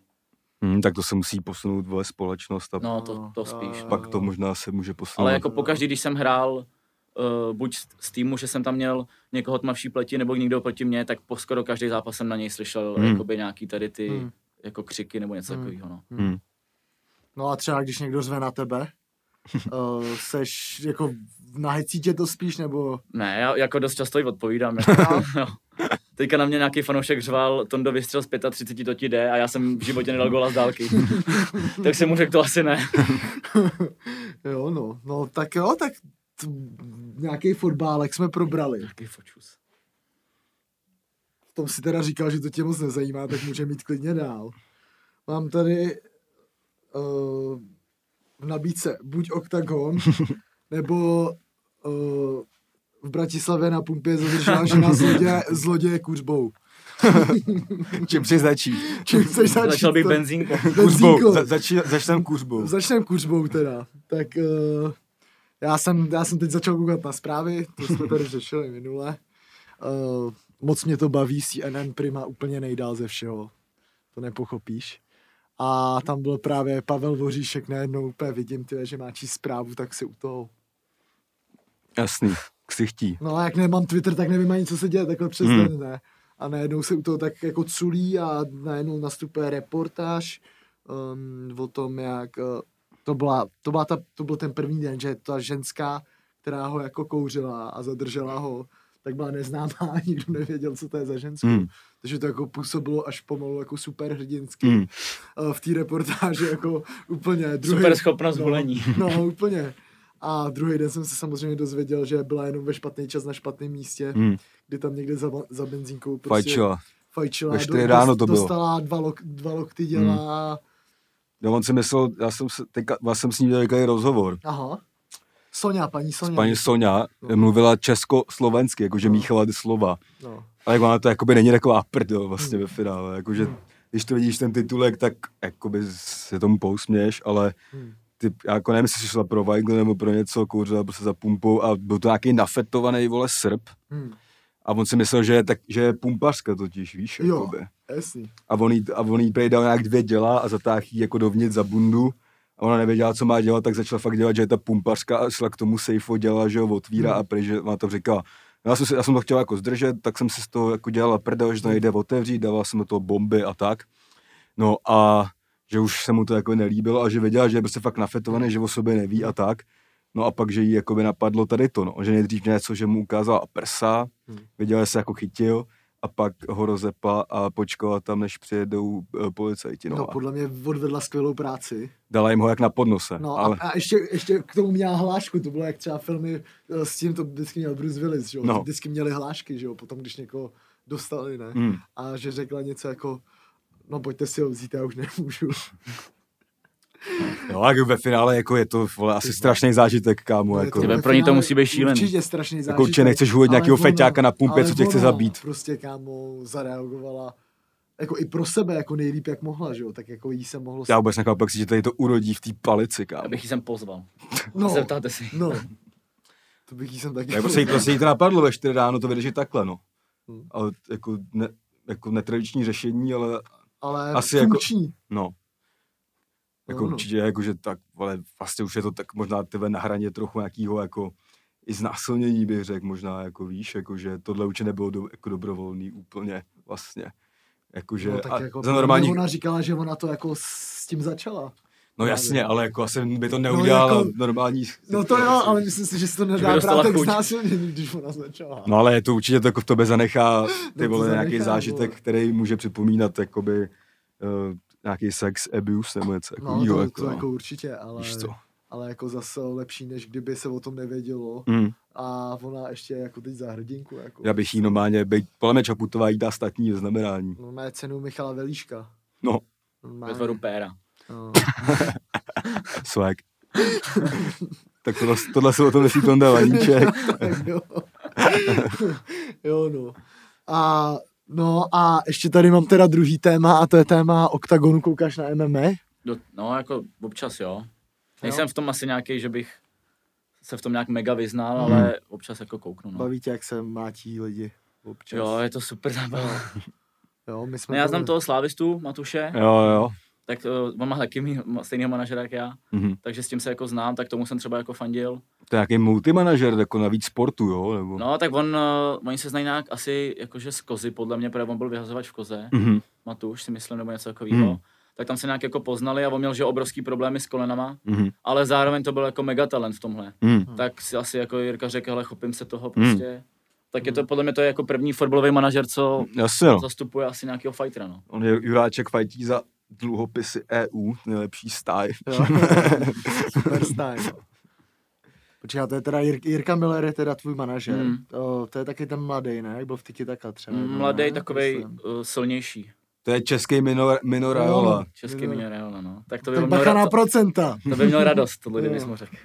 S2: Hmm, tak to se musí posunout, vole, společnost a
S3: No, to, to
S1: Jo,
S3: spíš.
S1: jo,
S2: pak to možná se může posunout.
S3: Ale jako pokaždý, když jsem hrál uh, buď z- z týmu, že jsem tam měl někoho tmavší pleti nebo někdo proti mně, tak po skoro každý zápas jsem na něj slyšel
S2: Hmm.
S3: hmm. jakoby nějaký tady ty
S1: Hmm.
S3: hmm. jako křiky nebo něco hmm. takového. No.
S2: Hmm.
S1: No a třeba, když někdo zve na tebe, uh, seš jako na hecítě to spíš, nebo...
S3: Ne, já jako dost často i odpovídám. Jako, jo. Teďka na mě nějaký fanoušek řval, Tondo vystřel z 35, to ti jde a já jsem v životě nedal gola z dálky. tak jsem mu řekl, to asi ne.
S1: Jo, no, no tak jo, tak t- nějaký fotbálek jsme probrali.
S3: Jaký fočus.
S1: V tom si teda říkal, že to tě moc nezajímá, tak může mít klidně dál. Mám tady uh, v nabídce buď OKTAGON, nebo uh, v Bratislavě na pumpě zadržela žena zloděje, zloděje kuřbou.
S2: Čím si začít?
S1: Čím chceš začít?
S3: Začal bych
S1: to-
S3: benzínkou.
S2: Kuřbou.
S1: Benzínkou.
S2: Za, začí, začnem kuřbou.
S1: Začneme kuřbou teda. Tak uh, já, jsem, já jsem teď začal koukat na zprávy, to jsme tady řešili minule. Uh, moc mě to baví, CNN Prima úplně nejdál ze všeho. To nepochopíš. A tam byl právě Pavel Voříšek, najednou úplně vidím, tyhle, že má číst zprávu, tak si u toho.
S2: Jasný, ksichtí.
S1: No a jak nemám Twitter, tak nevím ani, co se děje takhle přes
S2: Hmm.
S1: hmm. den, ne? A najednou se u toho tak jako culí a najednou nastupuje reportáž um, o tom, jak uh, to, byla, to, byla ta, to byl ten první den, že ta ženská, která ho jako kouřila a zadržela ho, tak byla neznámá, nikdo nevěděl, co to je za ženskou.
S2: Hmm.
S1: Hmm. Takže to jako působilo až pomalu jako super hrdinsky.
S2: Mm.
S1: Eh, v té reportáži jako úplně druhý...
S3: Super schopnost volení.
S1: No, no, úplně. A druhý den jsem se samozřejmě dozvěděl, že byla jenom ve špatný čas na špatném místě,
S2: Mm.
S1: kdy tam někde za, ba- za benzínkou prostě
S2: Fajčila.
S1: fajčila.
S2: Ve
S1: do-
S2: čtyři ráno to bylo. Hmm.
S1: Dostala dva, lok, dva lokty děla. Mm.
S2: No on si myslel, já jsem, se, teďka, já jsem s ní dělal takový rozhovor.
S1: Aha. Sonia, paní Sonia.
S2: Paní Sonja
S1: No.
S2: mluvila česko-slovensky, jakože
S1: No.
S2: míchala ty slova.
S1: No.
S2: Ale jak ona to jakoby není taková prdel vlastně
S1: Mm.
S2: ve finále, jakože když to vidíš ten titulek, tak jakoby se tomu pousměš, ale
S1: Hmm.
S2: ty, já jako nevím, jestli jsi šla pro Weigl nebo pro něco, kouřila prostě za pumpou a byl to nějaký nafetovaný vole srb
S1: Mm.
S2: a on si myslel, že je, tak, že je pumpařka totiž, víš,
S1: Jo.
S2: jakoby.
S1: Jasný.
S2: A on jí, a on jí prej dal nějak dvě děla a zatáhl jí jako dovnitř za bundu a ona nevěděla, co má dělat, tak začala fakt dělat, že je ta pumpařka a šla k tomu sejfu, dělala, že ho otvírá
S1: Hmm.
S2: a prej, že má to říkala. No Já jsem, si, já jsem to chtěl jako zdržet, tak jsem si z toho jako dělala prdel, že to nejde otevřít, dával jsem do toho bomby a tak. No a že už se mu to jako nelíbilo a že věděla, že je prostě fakt nafetovaný, že o sobě neví a tak. No a pak, že jí jakoby napadlo tady to, no, že nejdřív něco, že mu ukázala prsa,
S1: Hmm.
S2: věděla, že se jako chytil a pak ho rozepla a počkala tam, než přijedou eh, policajti.
S1: No,
S2: No,
S1: no
S2: a
S1: podle mě odvedla skvělou práci.
S2: dala jim ho jak na podnose.
S1: No
S2: ale,
S1: ale... a, a ještě, ještě k tomu měla hlášku, to bylo jak třeba filmy, eh, s tím to vždycky měl Bruce Willis, že jo?
S2: No.
S1: No. Vždycky měli hlášky, že jo, potom když někoho dostali, ne?
S2: mm,
S1: a že řekla něco jako, no pojďte si ho vzít, já už nemůžu.
S2: Jako- jo, ale ve finále jako je to vole, asi strašný zážitek, kámo.
S1: je
S2: Jako,
S1: ve
S3: Tybe,
S2: no.
S3: Tebe pro ní to
S1: finále
S3: musí být šílený.
S1: Určitě strašný zážitek.
S2: Jako určitě nechceš uhodit
S1: ale
S2: nějakýho
S1: ona-
S2: feťáka na pumpě,
S1: ale
S2: co tě chce
S1: ona
S2: zabít.
S1: Prostě kámo zareagovala jako i pro sebe, jako nejlíp, jak mohla, že jo, tak jako jí se mohlo...
S2: já vůbec nechápu, jak si tě tady to urodí v té palici, kámo.
S3: Abych ji sem pozval.
S1: no,
S3: Zeptáte si.
S1: no, to bych jí jsem taky...
S2: Tak prostě, jí- prostě jí to napadlo ve 4 ráno to vydržet takhle, no.
S1: Hmm.
S2: Ale jako, ne, jako netradiční řešení, ale
S1: ale
S2: asi
S1: asi
S2: jako-
S1: funkční. Jako...
S2: no. Jako
S1: No, no.
S2: určitě, jako, že tak, ale vlastně už je to tak možná tebe na hraně trochu nějakýho jako i znásilnění bych řekl, možná jako víš, jako že tohle určitě nebylo do, jako dobrovolný úplně vlastně. Jakože,
S1: no,
S2: no,
S1: tak jako,
S2: za normální,
S1: Ona říkala, že ona to jako s tím začala.
S2: no jasně, ale jako asi by to
S1: No,
S2: neudělala
S1: jako-
S2: normální.
S1: No to jo, ale myslím si, že se to
S3: by
S1: nedá
S3: dostala
S1: brát tak
S3: chuť.
S1: znásilnění, když ona začala.
S2: No ale je to určitě to jako v tobě zanechá ty
S1: to
S2: vole nějaký
S1: zanechá,
S2: zážitek,
S1: vole.
S2: který může připomínat jakoby uh, nějaký sex abuse nebo něco
S1: No,
S2: takovýho.
S1: to,
S2: jako,
S1: to jako určitě, ale,
S2: Víš co?
S1: ale jako zase lepší, než kdyby se o tom nevědělo.
S2: Mm.
S1: A ona ještě jako teď za hrdinku. Jako.
S2: Já bych jí normálně, bej, podle mě Čaputová jí dá statní znamenání.
S1: No, má cenu Michala Velíška.
S2: No,
S3: Ve
S1: Normálně.
S3: tvaru péra.
S1: No.
S2: swag. tak tohle, tohle se o tom nesmí Tonda Vaníček.
S1: Tak jo. jo, no. A, no a ještě tady mám teda druhý téma a to je téma OKTAGONu, koukáš na MMA?
S3: Do, no, jako občas jo. Nejsem v tom asi nějaký, že bych se v tom nějak mega vyznal,
S1: Mhm.
S2: Hmm.
S3: ale občas jako kouknu. No.
S1: Baví tě, jak se mátí lidi občas.
S3: Jo, je to super zábava.
S1: jo my jsme
S3: No, já
S1: byli-
S3: znám toho slávistu, Matuše,
S2: Jo, jo.
S3: tak uh, on má taky mý, ma- stejného manažera jak já,
S2: Mhm.
S3: takže s tím se jako znám, tak tomu jsem třeba jako fandil.
S2: To je nějaký multimanažer, jako navíc sportu, jo? Nebo...
S3: No, tak on, uh, oni se znají nějak asi jakože z kozy, podle mě, protože on byl vyhazovač v koze,
S2: Mhm.
S3: Matuš si myslím, nebo něco takového.
S2: Mhm.
S3: Tak tam se nějak jako poznali a on měl, že obrovský problémy s kolenama,
S2: Mhm.
S3: ale zároveň to byl jako mega talent v tomhle.
S2: Mhm.
S1: Hmm.
S3: tak si asi jako Jirka řekl, hele, chopím se toho prostě. Tak
S1: Hmm.
S3: je to, podle mě to je jako první fotbalový manažer, co
S2: Jasně, no.
S3: zastupuje asi nějakého fightera, no.
S2: On je Juráček fajtí za dluhopisy EU, nejlepší stáj.
S1: Jo. Super style. Počkej, a to je teda Jir- Jirka Miller je teda tvůj manažer.
S3: Mm.
S1: Mm. O, to je taky ten mladý, ne? Jak byl v Tiki Taka třeba. jednou,
S3: Hmm, Mladý,
S1: ne?
S3: takovej
S1: Myslím.
S3: uh, silnější.
S2: To je český minor,
S1: No,
S2: Minoraiola.
S3: Český
S1: Jo.
S3: mineral, no. Tak to by,
S1: Tak
S3: měl,
S1: bacha na
S3: ra- to,
S1: procenta.
S3: to by měl radost, tohle, kdyby
S1: Jo.
S3: mu řekl.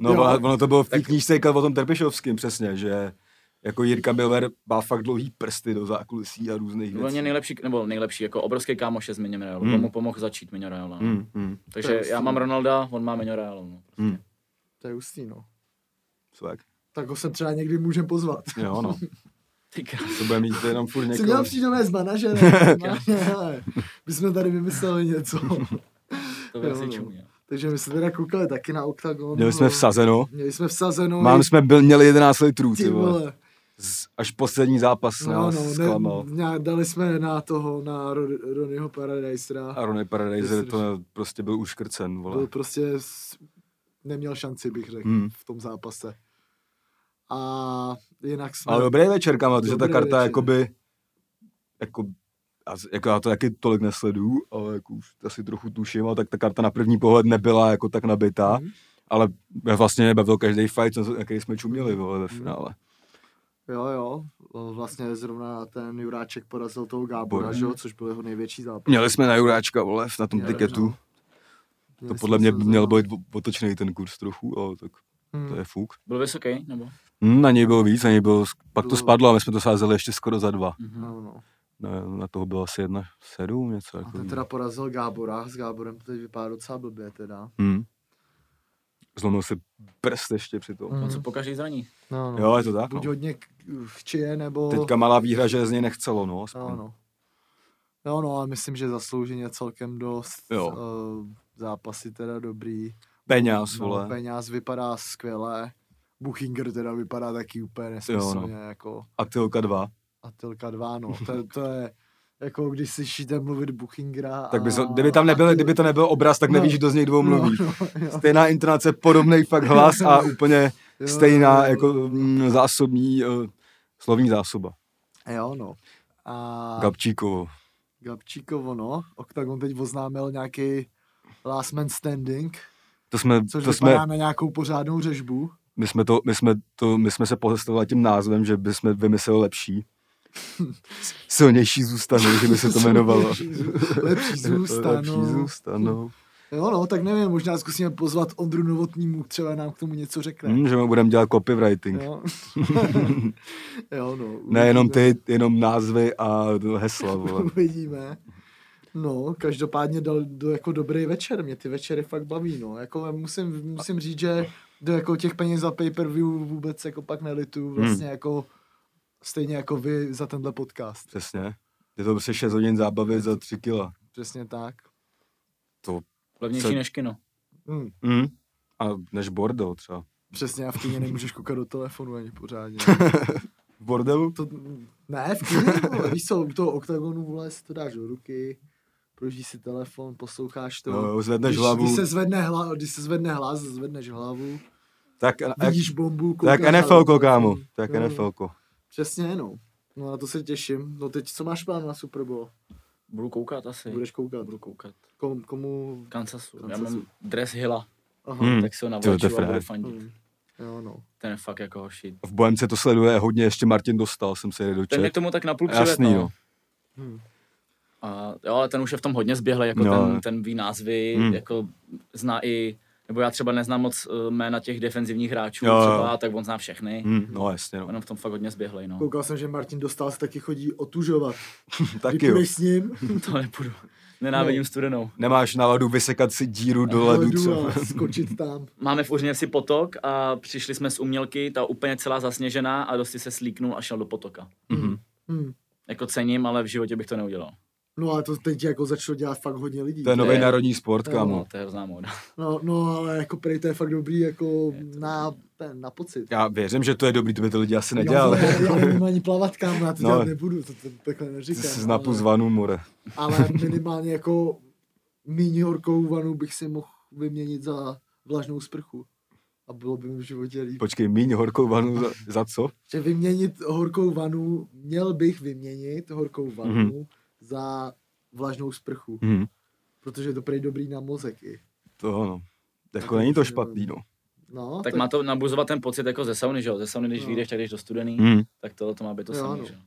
S2: No,
S1: Jo.
S2: ono, ono to bylo v té
S3: Tak-
S2: knížce jako o tom Trpišovským přesně, že jako Jirka Miller má fakt dlouhý prsty do zákulisí a různých
S3: Byl
S2: věcí.
S3: mě nejlepší, nebo nejlepší, jako obrovský kámoš je z Mineral,
S2: Hmm.
S3: mm. mu pomohl začít Mineral. No.
S2: Mm, mm,
S1: Hmm. To
S3: Takže
S1: je
S3: já
S1: super.
S3: mám Ronalda, on má Mineral. No.
S2: mm.
S1: To je hustý, no.
S2: Svak.
S1: Tak ho sem třeba někdy můžem pozvat.
S2: Jo, no.
S3: Ty krás.
S2: To bude mít jenom furt
S1: Jsi měl
S2: někoho.
S1: přijít nové s manažerem. normálně, hele. My jsme tady vymysleli něco.
S3: To by
S1: Jo,
S3: asi
S1: no.
S3: čumě.
S1: Takže my jsme teda koukali taky na oktagon.
S2: Měli jsme vsazeno.
S1: Měli jsme vsazeno.
S2: Mám,
S1: i-
S2: jsme byl, měli 11 litrů,
S1: No, ty
S2: ty vole.
S1: vole.
S2: Z- Až poslední zápas
S1: No,
S2: nás
S1: no, ne,
S2: zklamal.
S1: ne, dali jsme na toho, na Ro- Ronnieho Paradisera.
S2: A Ronny Paradiser to prostě byl uškrcen,
S1: Byl
S2: vole.
S1: prostě, s- neměl šanci, bych řekl,
S2: Hmm.
S1: v tom zápase. A jinak jsme...
S2: Ale dobrý večer, kamo, že ta
S1: Dobrý
S2: karta
S1: večer.
S2: jakoby, jako, a z- jako já to taky tolik nesledu, ale jako už asi trochu tuším, ale tak ta karta na první pohled nebyla jako tak nabitá,
S1: Mhm.
S2: ale mě vlastně mě bavil každý fight, co- jaký jsme čuměli, vole, ve finále.
S1: Jo, jo, vlastně zrovna ten Juráček porazil toho Gábora,
S2: Bora.
S1: že jo, což byl jeho největší zápas.
S2: Měli jsme na Juráčka, vole, na tom
S1: Jo,
S2: tiketu.
S1: no.
S2: To
S1: Měli
S2: podle mě
S1: jsme se
S2: měl
S1: zrovna-
S2: být otočný ten kurz trochu, ale tak to
S1: Hmm.
S2: je fuk.
S3: Byl vysoký, nebo?
S2: Hmm, na něj byl víc, na něj byl, pak to
S1: Bylo-
S2: spadlo a my jsme to sázeli ještě skoro za dva.
S3: Mhm.
S1: No, no.
S2: Na, na toho bylo asi jedna sedm, něco.
S1: A
S2: Jako,
S1: ten teda porazil Gábora, s Gáborem to teď vypadá docela blbě teda.
S2: hmm. Zlomil si prst ještě při tom.
S3: On se pokaždý zraní.
S1: No, no.
S2: Hmm. Jo, je to tak, no.
S1: Hmm. Buď hodně k- v čije, nebo...
S2: Teďka malá výhra, že z něj nechcelo, no. aspoň.
S1: No, no. Jo, no, ale myslím, že zaslouženě celkem dost.
S2: Jo.
S1: Uh, zápasy teda dobrý.
S2: Peňáz,
S1: No,
S2: vole.
S1: peněz vypadá skvěle. Buchinger teda vypadá taky úplně
S2: no.
S1: nesmyslně, jako
S2: A Tylka dva.
S1: Atilka 2, no. To, to je, jako když slyšíte mluvit Buchingera
S2: Tak by,
S1: a,
S2: se- kdyby tam nebyl,
S1: Atil-
S2: kdyby to nebyl obraz, tak
S1: No.
S2: nevíš, že to z něj dvou mluví.
S1: No, no, jo.
S2: Stejná intonace, podobný fakt hlas a úplně
S1: Jo,
S2: stejná
S1: jo,
S2: jako
S1: jo.
S2: mm, zásobní, eh, slovní zásoba.
S1: Jo, no. A
S2: Gabčíkovo.
S1: Gabčíkovo, no. Octagon teď oznámil nějaký last man standing,
S2: To jsme,
S1: což
S2: to jsme,
S1: vypadá na nějakou pořádnou řežbu.
S2: my jsme, to, my jsme, to, my jsme se pozastavili tím názvem, že bychom vymysleli lepší. S- Silnější zůstane, že by se to jmenovalo.
S1: Lepší zůstanu.
S2: Lepší zůstanou.
S1: Jo, no, tak nevím, možná zkusíme pozvat Ondru Novotnímu, třeba nám k tomu něco řekne.
S2: Hmm, že my budeme dělat copywriting.
S1: Jo. jo, no.
S2: Ne, jenom
S1: uvidíme.
S2: ty, jenom názvy a hesla, vole.
S1: Uvidíme. No, každopádně dal do, jako dobrý večer, mě ty večery fakt baví, no. Jako musím, musím říct, že do jako těch peněz za pay-per-view vůbec jako pak
S2: Hmm.
S1: nelituju, vlastně jako stejně jako vy za tenhle podcast.
S2: Přesně. Je to prostě 6 hodin zábavy za 3 kila.
S1: Přesně tak.
S2: To.
S3: Levnější
S2: Co-
S3: než kino.
S1: Hm.
S2: Mm. A než bordel třeba.
S1: Přesně, a v kyně nemůžeš koukat do telefonu ani pořádně.
S2: V bordelu?
S1: To, ne, v kyně, vole, víš co, u toho oktagonu, vole, si to dáš do ruky, prožíš si telefon, posloucháš to.
S2: No, jo, zvedneš
S1: když,
S2: hlavu.
S1: Když se zvedne, hla, když se zvedne hlas, zvedneš hlavu,
S2: Tak, a, a,
S1: vidíš bombu,
S2: tak
S1: na
S2: NFL, ko,
S1: telefon.
S2: kámo. Tak
S1: Jo, jo.
S2: NFL. ko.
S1: Přesně, no. No na to se těším. No teď, co máš plán na Super Bowl?
S3: Budu koukat asi.
S1: Budeš koukat.
S3: Budu koukat.
S1: Kom, komu?
S3: Kansasu. Já
S1: Kansasu.
S3: mám dres Hilla,
S1: Aha.
S2: Hmm.
S3: tak se ho
S2: to je
S3: navleču a
S2: frér.
S3: budu fandit.
S1: Hmm. Jo, no.
S3: Ten je fakt jako shit.
S2: V Bohemce to sleduje hodně, ještě Martin dostal, jsem se jde do
S3: Ten mě
S2: čet.
S3: k tomu tak napůl přived, no.
S2: Jasný, no. jo.
S1: Hmm.
S3: A, jo, ale ten už je v tom hodně zběhlý, jako
S2: Jo,
S3: no.
S2: jo.
S3: ten, ten ví názvy,
S2: Hmm.
S3: hmm. jako zná i, nebo já třeba neznám moc eh, jména těch defenzivních hráčů,
S2: Jo, jo.
S3: jo, třeba, jo. tak on zná všechny. Hmm.
S2: Mm, no jasně, no.
S3: On je v tom fakt hodně zběhlej, no.
S1: Koukal jsem, že Martin Dostal se taky chodí otužovat.
S2: Taky jo.
S1: Vypůjdeš s ním?
S3: To nepůjdu. Nenávidím no. studenou.
S2: Nemáš náladu vysekat si díru do ledu,
S1: Ledu
S2: co?
S1: a skočit tam.
S3: Máme v Uřněvsi potok a přišli jsme z umělky, ta úplně celá zasněžená a dosti se slíknul a šel do potoka.
S2: Mhm.
S1: Hmm.
S3: Jako cením, ale v životě bych to neudělal.
S1: No a to teď jako začalo dělat fakt hodně lidí.
S2: To je nový
S3: je-
S2: národní sport,
S3: No,
S2: kámo.
S3: to je hrozná móda.
S1: No, no ale jako prej to je fakt dobrý jako na, ten, na pocit.
S2: Já věřím, že to je dobrý, to by to lidi asi
S1: Já,
S2: nedělali.
S1: vole, já nevím ani plavat, kam já to
S2: No.
S1: no. dělat nebudu, to, to takhle
S2: Ty
S1: neříkám.
S2: jsi
S1: no,
S2: znapu
S1: ale-
S2: zvanou more.
S1: ale minimálně jako míň horkou vanu bych si mohl vyměnit za vlažnou sprchu. A bylo by mi v životě líp.
S2: Počkej, míň horkou vanu za, za co?
S1: Že vyměnit horkou vanu, měl bych vyměnit horkou vanu za vlažnou sprchu.
S2: Mhm.
S1: Protože je to prej dobrý na mozek i.
S2: To ano. Jako
S1: Tak
S2: není to
S1: určitě
S2: špatný, no.
S1: No,
S3: Tak má to nabuzovat ten pocit jako ze sauny, že jo? Ze sauny, když
S1: No.
S3: vyjdeš, tak jdeš do studený,
S2: Mm.
S3: tak tohle to má být to
S1: Jo,
S3: samý,
S1: no.
S3: že jo?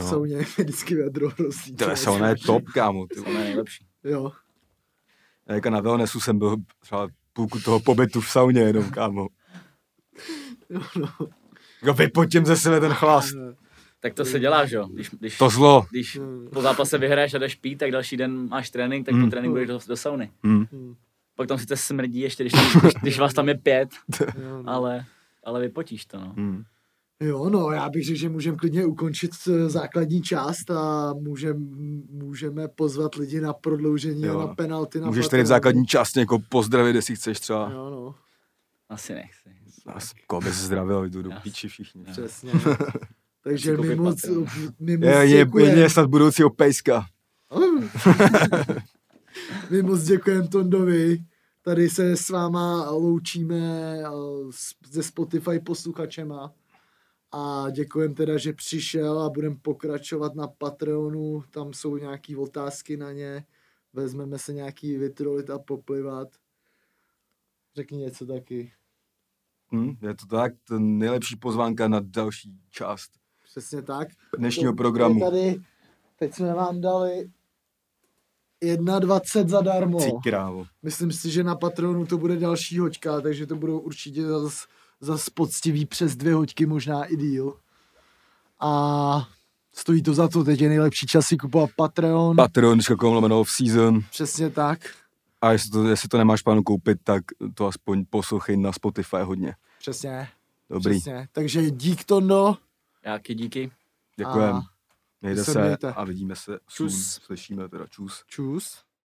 S2: Jo.
S1: jsou mě vždycky vedro hrozí.
S2: No. To je sauna je top, kámo. Ty.
S3: To je nejlepší.
S1: Jo.
S2: Já Jako na wellnessu jsem byl třeba půlku toho pobytu v sauně jenom, kámo.
S1: jo no.
S2: Jako vypotím ze sebe ten chlast.
S1: Eh,
S3: Tak to se dělá, že jo? Když, když,
S2: To zlo.
S3: když
S1: Mm.
S3: po zápase vyhraješ a jdeš pít, tak další den máš trénink, tak po
S2: Mm.
S3: tréninku jdeš do, do sauny.
S2: Hm.
S1: Hm,
S3: Pak tam sice smrdí ještě, když, tam, když, když vás tam je pět,
S1: jo, no.
S3: ale, ale vypotíš to, no.
S2: Hm.
S1: Jo, no, já bych řekl, že můžeme klidně ukončit eh, základní část a můžem, můžeme pozvat lidi na prodloužení
S2: Jo. no.
S1: a na penalty. Na
S2: Můžeš tady v
S1: patronu.
S2: základní části někoho pozdravit, jestli chceš třeba.
S1: Jo, no,
S3: Asi nechci.
S2: Nás, koho by se zdravil, jdu do píči všichni.
S1: přesně. Takže
S3: Chci
S1: my
S3: koupit
S1: moc,
S3: patron.
S1: my moc
S2: Je, je, je,
S1: děkujeme.
S2: je snad budoucího pejska.
S1: My moc děkujeme Tondovi. Tady se s váma loučíme eh, s- se Spotify posluchačema. A děkujem teda, že přišel a budeme pokračovat na Patreonu. Tam jsou nějaké otázky na ně. Vezmeme se nějaký vytrolit a poplivat. Řekni něco taky.
S2: Hm, je to tak, to je nejlepší pozvánka na další část
S1: Přesně tak.
S2: dnešního
S1: Je- je
S2: programu.
S1: Tady, teď jsme vám dali 21 zadarmo.
S2: Ty krávo.
S1: Myslím si, že na Patronu to bude další hoďka, takže to budou určitě zas, zas poctivý přes dvě hoďky, možná i díl. A stojí to za to, teď je nejlepší čas si kupovat
S2: Mm.
S1: Patreon. Pat-
S2: Patreon.com lomeno off-season.
S1: Přesně tak.
S2: A jestli to, jestli to nemáš plánu koupit, tak to aspoň poslouchej na Spotify hodně.
S1: Přesně.
S2: Dobrý,
S1: Přesně. Takže dík Tondo.
S3: Jaký díky.
S2: děkujem.
S1: A
S2: Mějte
S1: se
S2: se
S1: mějte.
S2: a vidíme se.
S3: Čus.
S2: soon. Slyšíme teda čus.
S1: čus.